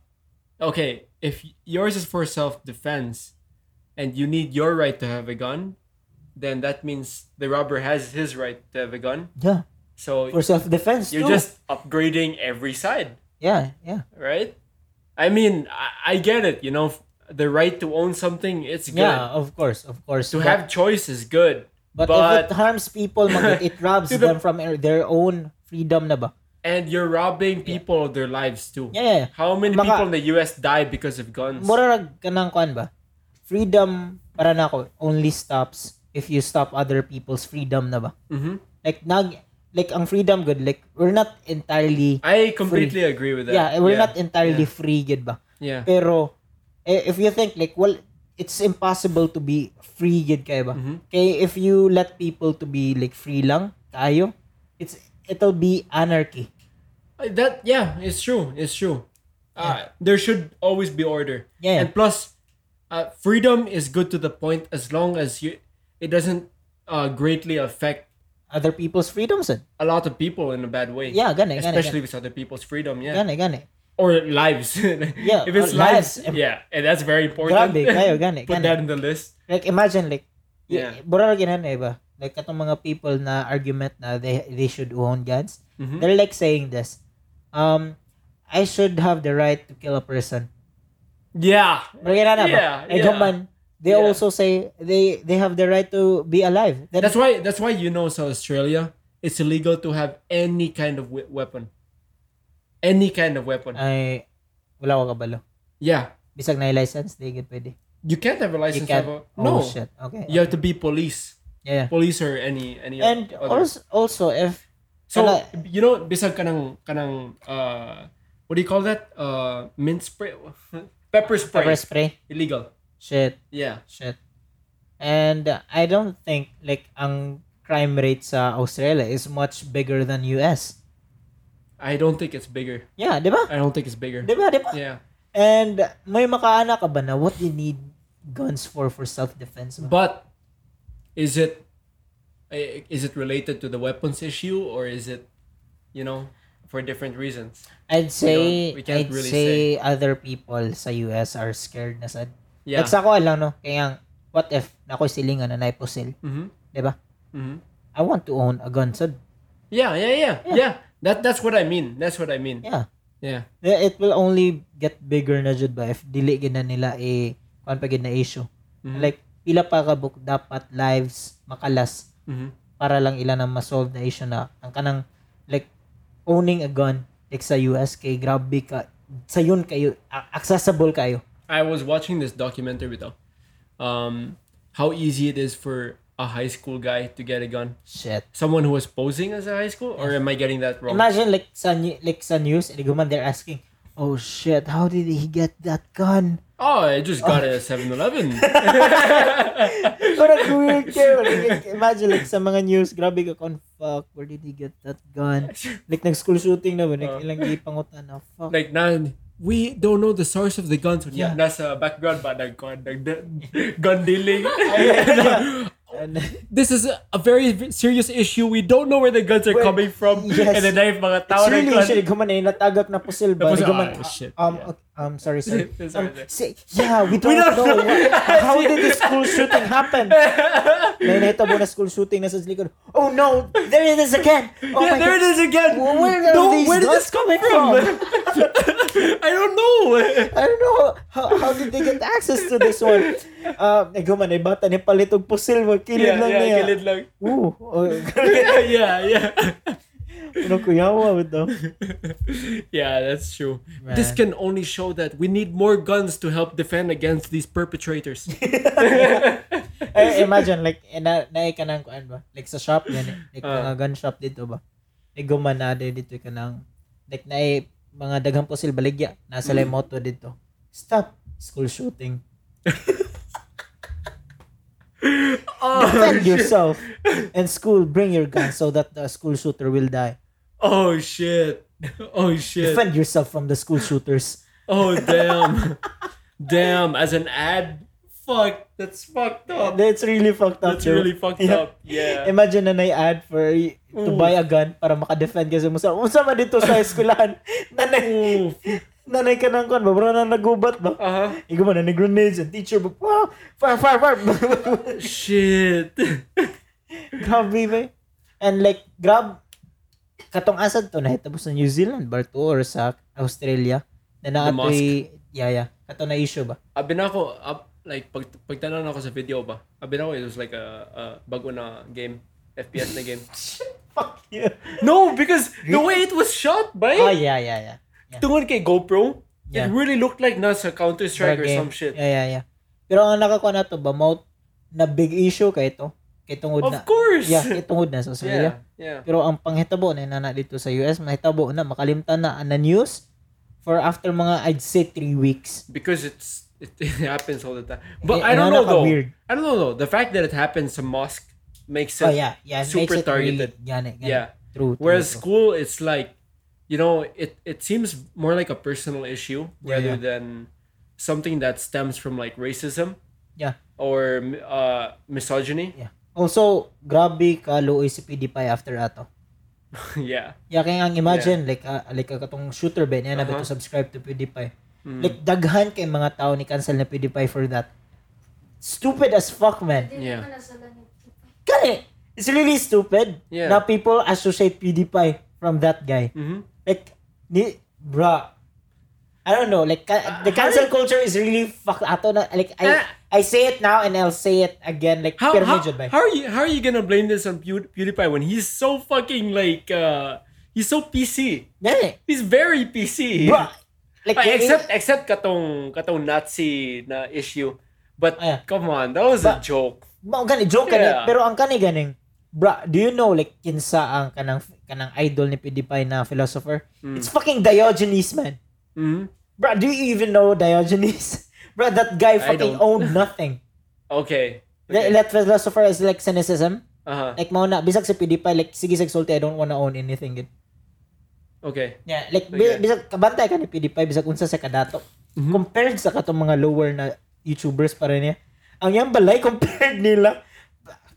okay, if yours is for self defense and you need your right to have a gun, then that means the robber has his right to have a gun. yeah So for self defense you're just upgrading every side, yeah yeah right? I mean, I, I get it, you know, f- the right to own something, it's good. yeah of course of course To But- have choice is good. But, if it But- harms people, mag- it robs To them the- from their own freedom na ba? And you're robbing people of their lives too. Yeah, yeah, yeah. How many Baka- people in the US die because of guns? Murarag ka ng kwan ba? Freedom, para na ako, only stops if you stop other people's freedom na ba? Mhm. Like, nag, like ang freedom good, like, we're not entirely, I completely agree with that. yeah, we're not entirely free, good ba? Yeah. Pero, eh, if you think, like, well, it's impossible to be free, good kayo ba? Mhm. Kay if you let people to be, like, free lang, tayo, it's, it'll be anarchy. Uh, That yeah, it's true. It's true. Uh, there should always be order. Yeah. And plus, uh, freedom is good to the point as long as you it doesn't uh, greatly affect Other people's freedoms, eh? a lot of people in a bad way. Yeah, gani, gani, Especially with other people's freedom, yeah. gani, gani. Or lives. yeah. If it's or lives, lives. yeah, and that's very important. Grabe, kayo, gani, Put gani. that in the list. Like, imagine, like, Yeah. yeah. bura rin yan, eh, ba? Like, katong mga people na argument na they, they should own guns, Mhm. they're like saying this, um, I should have the right to kill a person. Yeah. Bura rin na ba? Yeah, Eh, yeah. gaman, they Yeah. also say they they have the right to be alive. Then, That's why that's why you know South Australia it's illegal to have any kind of we- weapon. Any kind of weapon. ay, wala ko kabalo. yeah. Bisag na license, di good pwede. You can't have a license. can't- to have a- Oh, no, shit. Okay. you have to be police, yeah. yeah. police or any any. And other. also, also, if, so ala- you know, bisag kanang kanang uh, what do you call that? Uh, mint spray, pepper spray, pepper spray, illegal. shit. Yeah, Shit. And uh, I don't think like ang crime rate sa Australia is much bigger than US. I don't think it's bigger. Yeah, di ba? I don't think it's bigger. Di ba? Di ba? Yeah, And uh, may makaana ka ba na what you need guns for for self-defense? ba? but is it I- Is it related to the weapons issue or is it, you know, for different reasons? I'd say we I'd can't really say, other people sa US are scared na sad. Yeah. Like sa ako alam no, kaya nga, what if nako silingan na naiposil, Mm-hmm. 'di ba? Mm-hmm. I want to own a gun sad. Yeah, yeah, yeah, Yeah. yeah. That that's what I mean. That's what I mean. Yeah. Yeah. Yeah, It will only get bigger na jud ba if dili gid na nila i kuan pa gid na issue. Mhm. Mm. Like pila pa ka buk dapat lives makalas Mhm. para lang ila na ma-solve na issue na ang kanang like owning a gun like sa US kay grabe ka sa yun kayo a- accessible kayo. I was watching this documentary though. Um, how easy it is for a high school guy to get a gun. Shit. Someone who was posing as a high school, or am I getting that wrong? Imagine like sa new- like sa news, Liguman, they're asking, "Oh shit, how did he get that gun?" oh, I just got a 7-Eleven. Parang weird kayo. Like, imagine like sa mga news, grabe ka kon fuck, where did he get that gun? Like nag school shooting na ba, like, Oh. ilang gipangutan na fuck. like now we don't know the source of the guns. Yeah. Yeah, that's a background but nag gun nag gun dealing. And, this is a, a very serious issue. We don't know where the guns are Well, coming from. yes. And then I have mga tao it's really nag- issue, Liguman, eh, natagak na po sila ba? Tapos, Liguman, ah, shit, um, yeah. okay, um, sorry, sorry. Sorry, Um, sorry. say- yeah, we don't, don't know. know. what- how did the school shooting happen? May nahitabo na school shooting na sa likod. Oh no, there it is again. Oh yeah, my there God. it is again. Well, where are No, these where did guns this come coming from? I don't know. I don't know how, how did they get access to this one. Uh, iguman, ay bata ni palitog pusil mo, kilid yeah, lang yeah, niya. kilid lang. Ooh, oh, yeah, yeah. ano kuyawa mo to? yeah, that's true. Man. This can only show that we need more guns to help defend against these perpetrators. Eh, imagine, like, eh, na, naay ka ng, kuan ba? Like, sa shop, yan, eh. like, Ah. mga gun shop dito ba? Iguman na, ada dito ka ng, like, naay mga daghang pusil baligya, nasa Mm. lay moto dito. Stop, school shooting. oh, Defend yourself. And school, bring your gun so that the school shooter will die. oh shit. Oh shit. Defend yourself from the school shooters. Oh damn. damn, as an ad. Fuck, that's fucked up. That's really fucked up. That's yo. really fucked Yeah. up. Yeah. Imagine na na-ad for y- to Ooh. buy a gun para maka-defend kasi mo sa unsa man dito sa eskwelahan. nanay Oof. nanay ka nang kon, bro na nagubat ba. Uh-huh. Igo man ni grenades and teacher ba. Wow, fire fire fire. Shit. Grabe ba. And like grab katong asad to nahitabo sa New Zealand bar to or sa Australia na naatoy yeah yeah kato na issue ba Abin ako, ab, like, pag, pagtanan ako sa video ba, abin ako, it was like a, a bago na game. FPS na game. fuck you no, because the way it was shot, by oh yeah yeah yeah Tungkol kay GoPro, Yeah. it really looked like nasa Counter-Strike or Bargain. some shit. yeah yeah yeah pero ang nakakuha na to ba mouth na big issue kay to kay tungod Of na course! yeah kay tungod na sa Australia yeah. yeah. Pero ang panghitabo na nana dito sa US, mahitabo na makalimtan na na news for after mga I'd say 3 weeks. Because it's it, happens all the time. But Eh, I don't ano know ka though. weird? I don't know though. The fact that it happens to mosque makes oh sense. yeah, yeah, it super makes it really- targeted. gani, gani. Yeah. True, true. Whereas true. school, it's like, you know, it it seems more like a personal issue Yeah, rather yeah. than something that stems from like racism. Yeah. Or uh, misogyny. yeah. Also, Oh, grabe ka low si PewDiePie after ato. yeah. Yeah, kaya nga imagine like ah, like ah, katong shooter ba niya na ba to Uh-huh. subscribe to PewDiePie. Mm. Like daghan kay mga tao ni cancel na PewDiePie for that. Stupid as fuck, man. Dili Yeah. ka nasalan ng Pipay. Kani, it's really stupid Yeah. na people associate PewDiePie from that guy. Mhm. like ni bruh I don't know like ca- the Uh, how cancel culture is really fucked ato na like I Ah. I say it now and I'll say it again like How, pero how, medyo ba how are you how are you gonna blame this on Pew- PewDiePie when he's so fucking like uh he's so PC Dali. he's very PC eh. bruh like Ah, it- except except katong katong Nazi na issue. But Ah, yeah. come on, that was But- a joke. mao gani joke gani Yeah. pero ang kani ganing bruh do you know like kinsa ang kanang kanang idol ni PewDiePie na philosopher Mm. it's fucking Diogenes man Mhm. bruh do you even know Diogenes bruh that guy I fucking don't. owned nothing Okay. Th- that philosopher is like cynicism Uh-huh. like mao na bisag si PewDiePie like sige sa exulti I don't wanna own anything gid Okay. Yeah, like Okay. bi- bisag kabantay ka ni PewDiePie bisag unsa sa kadato. Mhm. Compared sa katong mga lower na YouTubers para niya, ang yan balay compared nila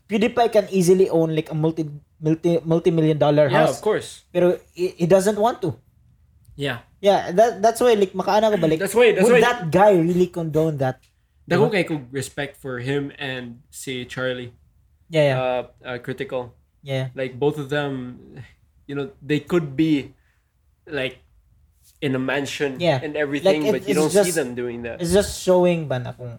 PewDiePie can easily own like a multi multi multi million dollar Yeah, house, of course. pero he, he doesn't want to. Yeah. Yeah, that that's why like makaana ka ba like That's why that's would why that guy really condone that? dako kay ko respect for him and si Charlie. Yeah, yeah, Uh, uh critical. yeah. Like both of them you know, they could be like in a mansion Yeah. and Like, everything, it- but you it's don't see just- them doing that. It's just showing ba na kung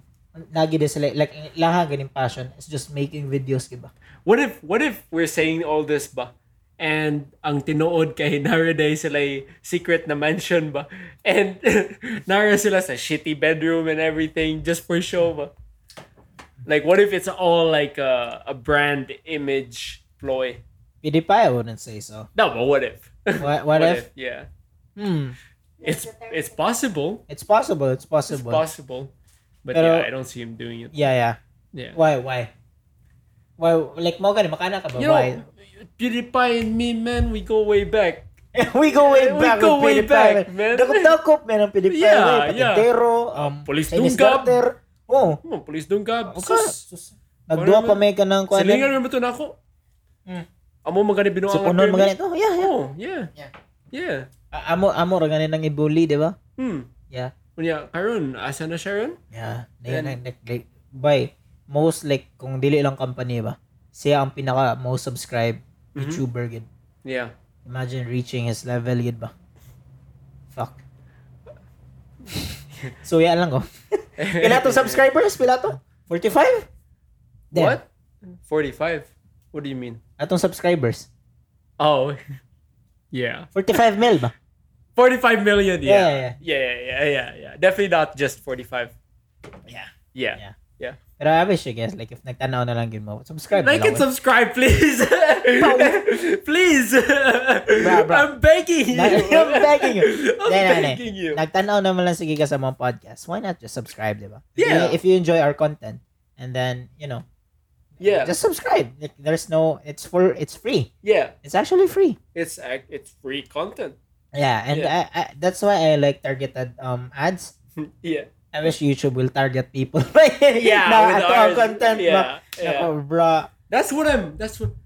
lagi din sila like laha ganing passion. It's just making videos diba? What if what if we're saying all this ba? And ang tinood kay Nara day sila secret na mansion ba? And Nara sila sa shitty bedroom and everything just for show ba? Like what if it's all like a, a brand image ploy? PewDiePie I wouldn't say so. No, but what if? What, what, if? Yeah. eh. Hmm. It's That's the third it's thing. possible. It's possible. It's It's possible. possible. But Pero- yeah, I don't see him doing it. yeah, yeah. Yeah. Why, why? Why, like, mo gani, makana ka ba? You why? know, PewDiePie and me, man, we go way back. we go way We back. go way with back, PewDiePie. man. Dakop-dakop, man, ang PewDiePie. Yeah, Yeah, yeah. Ah, um, Police Chinese Dungab. Garter. Oh, Come on, police don't gab. okay. Sus. Nagduha pa Parang- may ka ng kwanan. Silingan naman to na ako. Mm. Amo magani binuang So, punon mo ganito. Yeah, yeah. Oh, yeah. Yeah. Yeah. A- Amo, amo, ra ganin nang ibully, di ba? Hmm. Yeah. Kunya, Karun, asa na Sharon? Yeah. Na And- yun, ang- like, like, by, most, like, kung dili lang company ba, siya ang pinaka most subscribe Mhm. YouTuber, gid. Yeah. Imagine reaching his level, gid ba? Fuck. so, yan lang ko. Pila to subscribers? Pila to? 45? Damn. What? 45. What do you mean? Atong subscribers. Oh. yeah. 45 mil ba? 45 million, yeah. Yeah, Yeah, yeah, yeah, yeah, yeah. Definitely not just 45. Yeah. Yeah. Pero I wish, I guess, like, if nagtanaw na lang yun mo, subscribe na Like lang. and subscribe, please. please. Bruh, bruh. I'm begging you. I'm begging you. I'm Nay, nay, nay. begging you. Nagtanaw naman lang sige ka sa mga podcast. Why not just subscribe, di ba? Yeah. If you enjoy our content, and then, you know, Yeah. just subscribe. Like, there's no, it's for, it's free. yeah. It's actually free. It's ac- it's free content. Yeah, and Yeah. I, I, that's why I like targeted um ads. yeah. I wish YouTube will target people. yeah, na, with ato ang ours. content ba? Yeah. yeah. Nako, bro. That's what I'm that's what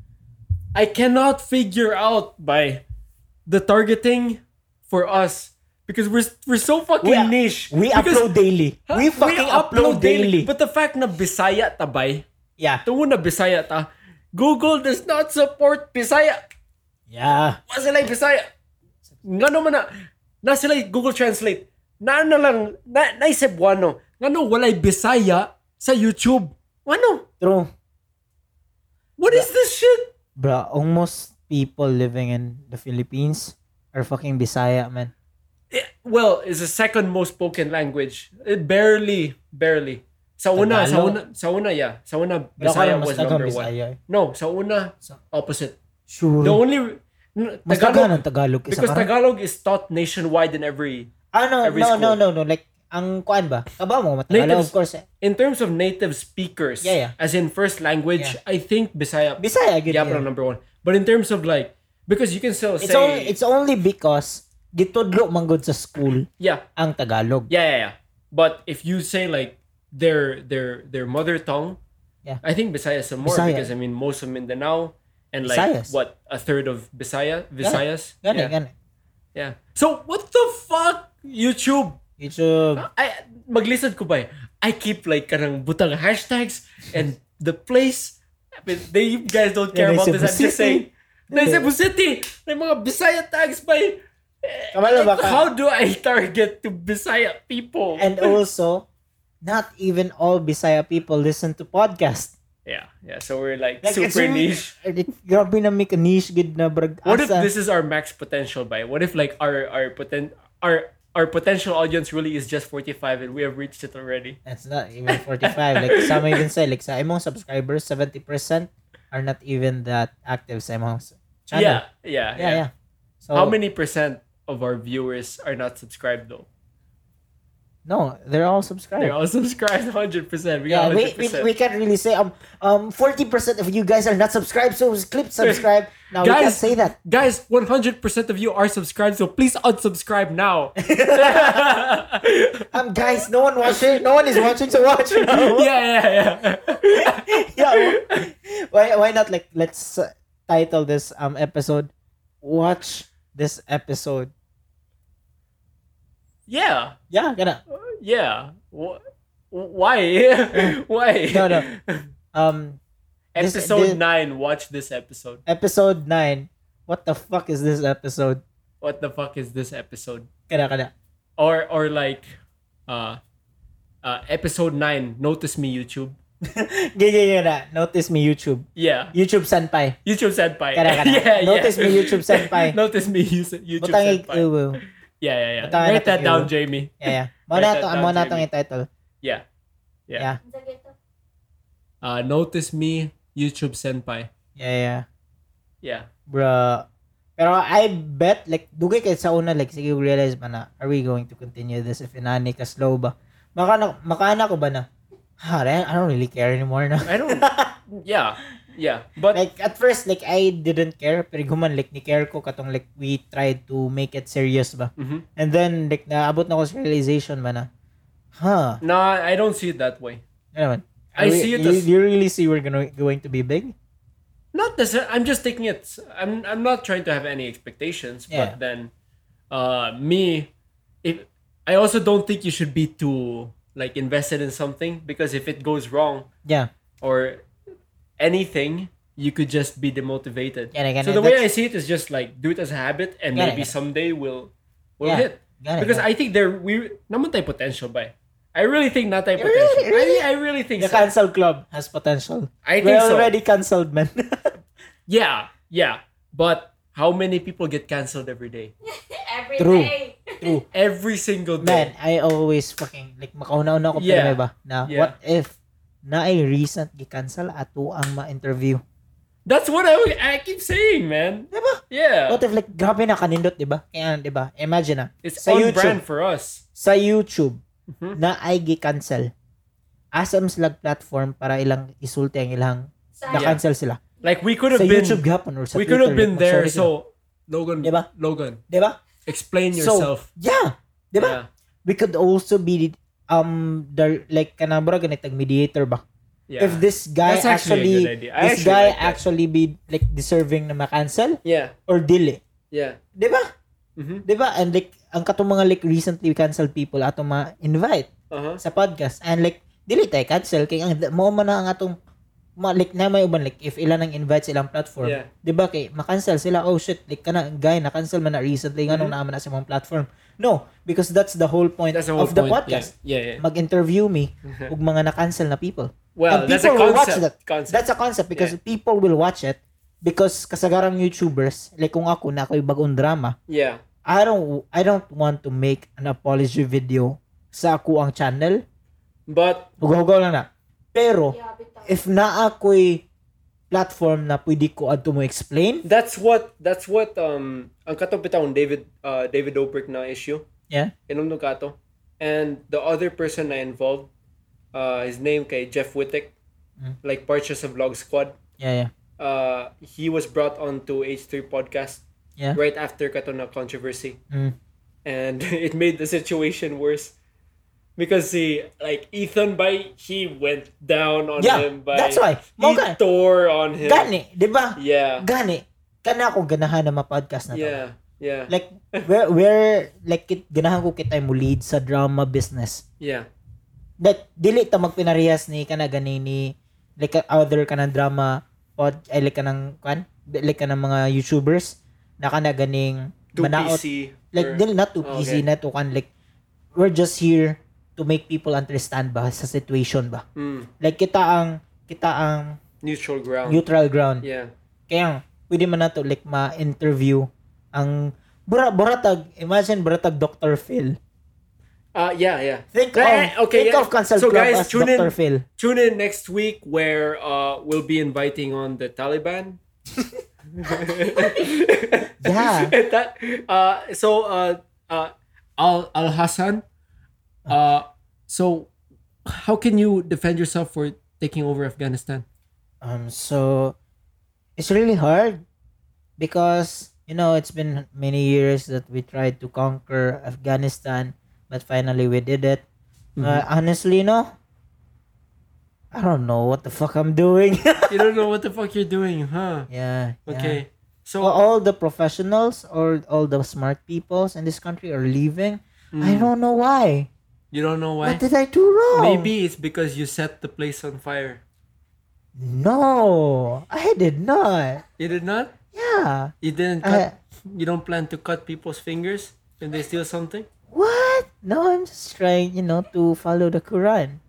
I cannot figure out by the targeting for us because we're we're so fucking We are- niche. We Because- upload daily. Huh? We fucking upload, daily. But the fact na Bisaya tabay, yeah. tungo na Bisaya ta, Google does not support Bisaya. Yeah. Wa sila Bisaya. Ngano man na, na sila Google Translate. Na na lang, na, na Cebuano. Ngano walay Bisaya sa YouTube. Ano? True. What is this shit? Bro, almost people living in the Philippines are fucking Bisaya, man. Eh, well, it's the second most spoken language. It barely, barely. Sa una, sa una, Tagalog? sa una, yeah. Sa una, Pero ako Bisaya lang mas was taga number one. Bisaya. eh. No, sa una, Sa- opposite. Sure. The only n- mas taga Tagalog, ng Tagalog. Isa because ka rin. Tagalog is taught nationwide in every Ah, no, every no, no, school. no, no. Like, ang kuan ba? Kaba mo, Tagalog, Natives. of course. eh. in terms of native speakers. Yeah, yeah. As in first language, I think Bisaya Bisaya, good yeah, pero yun. number one. But in terms of like because you can still It's say only, it's only because gitudlo manggod sa school yeah, ang Tagalog. yeah, yeah, yeah. But if you say like their their their mother tongue, Yeah. I think Bisaya some more Bisaya. because I mean most of Mindanao and like Visayas. what a third of Bisaya Visayas. Gani, yeah. gani. yeah. So what the fuck YouTube? YouTube. I maglisod ko ba eh. I keep like kanang butang hashtags and the place but they you guys don't care Yeah, about Cebu this I'm just saying City. na Yeah. Cebu City may mga Bisaya tags ba eh. Eh, Kamala ba ka? how do I target to Bisaya people And also, not even all Bisaya people listen to podcast. yeah yeah so we're like, Like, it's super really- niche Eh, Grabe na make a niche good na brag. what if asa. this is our max potential by what if like our our poten our our potential audience really is just 45 and we have reached it already That's not even 45. like, some even say, like, sa imong subscribers, 70% are not even that active sa imong s- channel. yeah yeah Yeah, Oh. yeah. So, How many percent of our viewers are not subscribed though? No, they're all subscribed. They're all subscribed 100%. We yeah, got we, 100%. we, we can't really say um um forty percent of you guys are not subscribed, so click subscribe. Now we can't Guys! say that. Guys, 100% of you are subscribed, so please unsubscribe now. Um, guys, no one watching, no one is watching, so watch. You know? yeah, yeah, yeah. yeah. w- Why why not like let's uh, title this um episode watch this episode. yeah, Yeah, gonna. yeah. Wh- Why? Why? No, no. Um This- Episode this- 9, watch this episode. episode 9. What the fuck is this episode? What the fuck is this episode? Kana kana. Or or like uh uh episode 9, notice me YouTube. Gigi na. Notice me YouTube. Yeah. YouTube senpai. YouTube senpai. Kada, kada. yeah, Notice yeah. me, YouTube senpai. Notice me YouTube YouTube Butangig senpai. uwu. Yeah, yeah, yeah. Butangig Write that uwu. down, Jamie. Yeah, yeah. Mo na Write to, that mo down, na tong Jamie. i-title. Yeah. Yeah. Yeah. Ang sakit. Uh notice me YouTube senpai. Yeah, yeah. Yeah. Bruh. Pero I bet, like, dugay kayo sa una, like, sige, realize ba na, are we going to continue this if inani ka slow ba? Maka na, makaana ko ba na, ha, I I don't really care anymore na. I don't Yeah. Yeah. But like, at first, like, I didn't care, pero guman, like, ni care ko katong, like, we tried to make it serious ba? Mhm. And then, like, naabot na ko sa realization ba na, huh, no, I don't see it that way. ano man, are I we- see it you, as- you really see we're gonna, going to be big? not this i'm just taking it i'm i'm not trying to have any expectations Yeah. but then uh me if i also don't think you should be too like invested in something because if it goes wrong Yeah. or anything you could just be demotivated Yeah, again, so the way i that's- see it is just like do it as a habit and Yeah, maybe yeah. someday we'll we'll Yeah. hit Ganun, because ganun. i think there we naman tayo potential by i really think not tayo Really? potential Really? I, I really think The so. cancel club has potential. i think We're so already canceled, man. Yeah, yeah. But how many people get canceled every day? Every True. day. True. Every single Man, day. I always fucking like makauna-una ko Yeah. yeah. ba na Yeah. what if na ay recent gi-cancel ato ang ma-interview. That's what I, would- I keep saying, man. Diba? Yeah. What if like grabe na kanindot, 'di ba? Kaya 'di ba? Imagine na It's Sa on YouTube. brand for us. sa YouTube Mhm. na ay gi-cancel. Asam sila platform para ilang isulti ang ilang Sa Yeah. na-cancel sila. Like we could Sa have been YouTube gapon or sa we could have been there. So, So Logan Diba? Logan, 'di ba? explain So, yourself. Yeah. 'Di ba? Yeah. We could also be um the, like kanabra ganit tag mediator ba? yeah. If this guy That's actually, actually, a good idea. I this actually guy like that. actually be like deserving na ma-cancel Yeah. or dili. Yeah. Di ba? Mhm. Di ba? And like, ang katong mga like recently canceled people ato ma-invite Uh-huh. sa podcast. And like, dili tayo cancel. Kaya ang, mo man na ang atong ma, like na may uban like if ilan ang invite sa ilang platform Yeah. di ba kay ma-cancel sila oh shit like kana guy na cancel man na recently nganong Mhm. naman na sa mga platform no because that's the whole point That's the whole of the point. podcast Mm-hmm. Yeah. yeah, mag-interview me yeah. ug mga na-cancel na people well, and that's a people will watch concept. that. concept. That's a concept because people will watch it because kasagarang YouTubers, like kung ako na ako'y bagong drama, yeah. I don't I don't want to make an apology video sa ako ang channel. But Hugaw-hugaw lang na. Pero Yeah, bitaw. if na ako'y platform na pwede ko adto mo explain, that's what that's what um ang katong bitaw David uh David Dobrik na issue. Yeah. Inom nung kato. And the other person na involved uh his name kay Jeff Wittek Mm. like part siya sa Vlog Squad. yeah yeah. Uh he was brought on to H3 podcast Yeah. right after kato na controversy. Mm. And it made the situation worse. Because he like Ethan by he went down on Yeah, him by that's why. he Mo ka. tore on him. Gani, 'di ba? Yeah. Gani. Kana ako ganahan na ma-podcast na to. Yeah. Yeah. Like where where like kit, ganahan ko kitay mo lead sa drama business. Yeah. that dili ta magpinarehas ni kana gani ni like uh, other kanang drama pod ay like kanang kan like kanang mga YouTubers na kana ganing to manaot PC. like or- dili not too Oh, easy okay. na to kan like we're just here to make people understand ba sa situation ba Mm, like kita ang kita ang neutral ground. neutral ground yeah. kaya pwede man nato like ma-interview ang bura buratag imagine buratag Dr. Phil Uh, yeah, yeah. think Eh, of okay, think yeah. of cancel So, club guys, as tune in. Dr. Phil Tune in next week where uh, we'll be inviting on the Taliban. Yeah. that, uh, so uh, uh, Al Al Hassan, Uh, so, how can you defend yourself for taking over Afghanistan? Um, so it's really hard because you know it's been many years that we tried to conquer Afghanistan, but finally we did it. Mm-hmm. Uh, honestly, no. I don't know what the fuck I'm doing. you don't know what the fuck you're doing, huh? yeah. yeah. Okay. So, Well, all the professionals or all the smart peoples in this country are leaving. I mm, don't know why. you don't know What why? did I do wrong? Maybe it's because you set the place on fire. No, I did not. You did not? Yeah. You didn't I, cut? you don't plan to cut people's fingers when they steal something? what? No, I'm just trying, you know, to follow the Quran.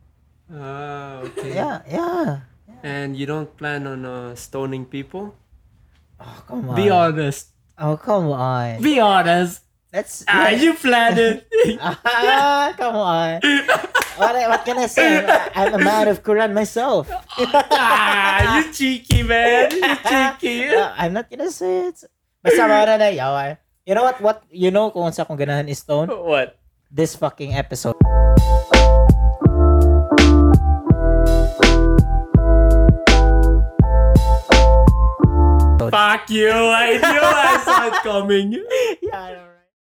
Ah, okay. Yeah, yeah. And you don't plan on uh, stoning people? Oh, come on. Be honest. Oh, come on. Be honest. Let's. Ah, you planned it. Ah, come on. What, what can I say? I'm a man of Quran myself. ah, you cheeky man. You cheeky. Uh, I'm not gonna say it. Basta mawala na yawa. You know what? What you know kung sa kung ganahan is Stone? What? This fucking episode. Fuck you. I knew I saw it coming. Yeah. I know, right?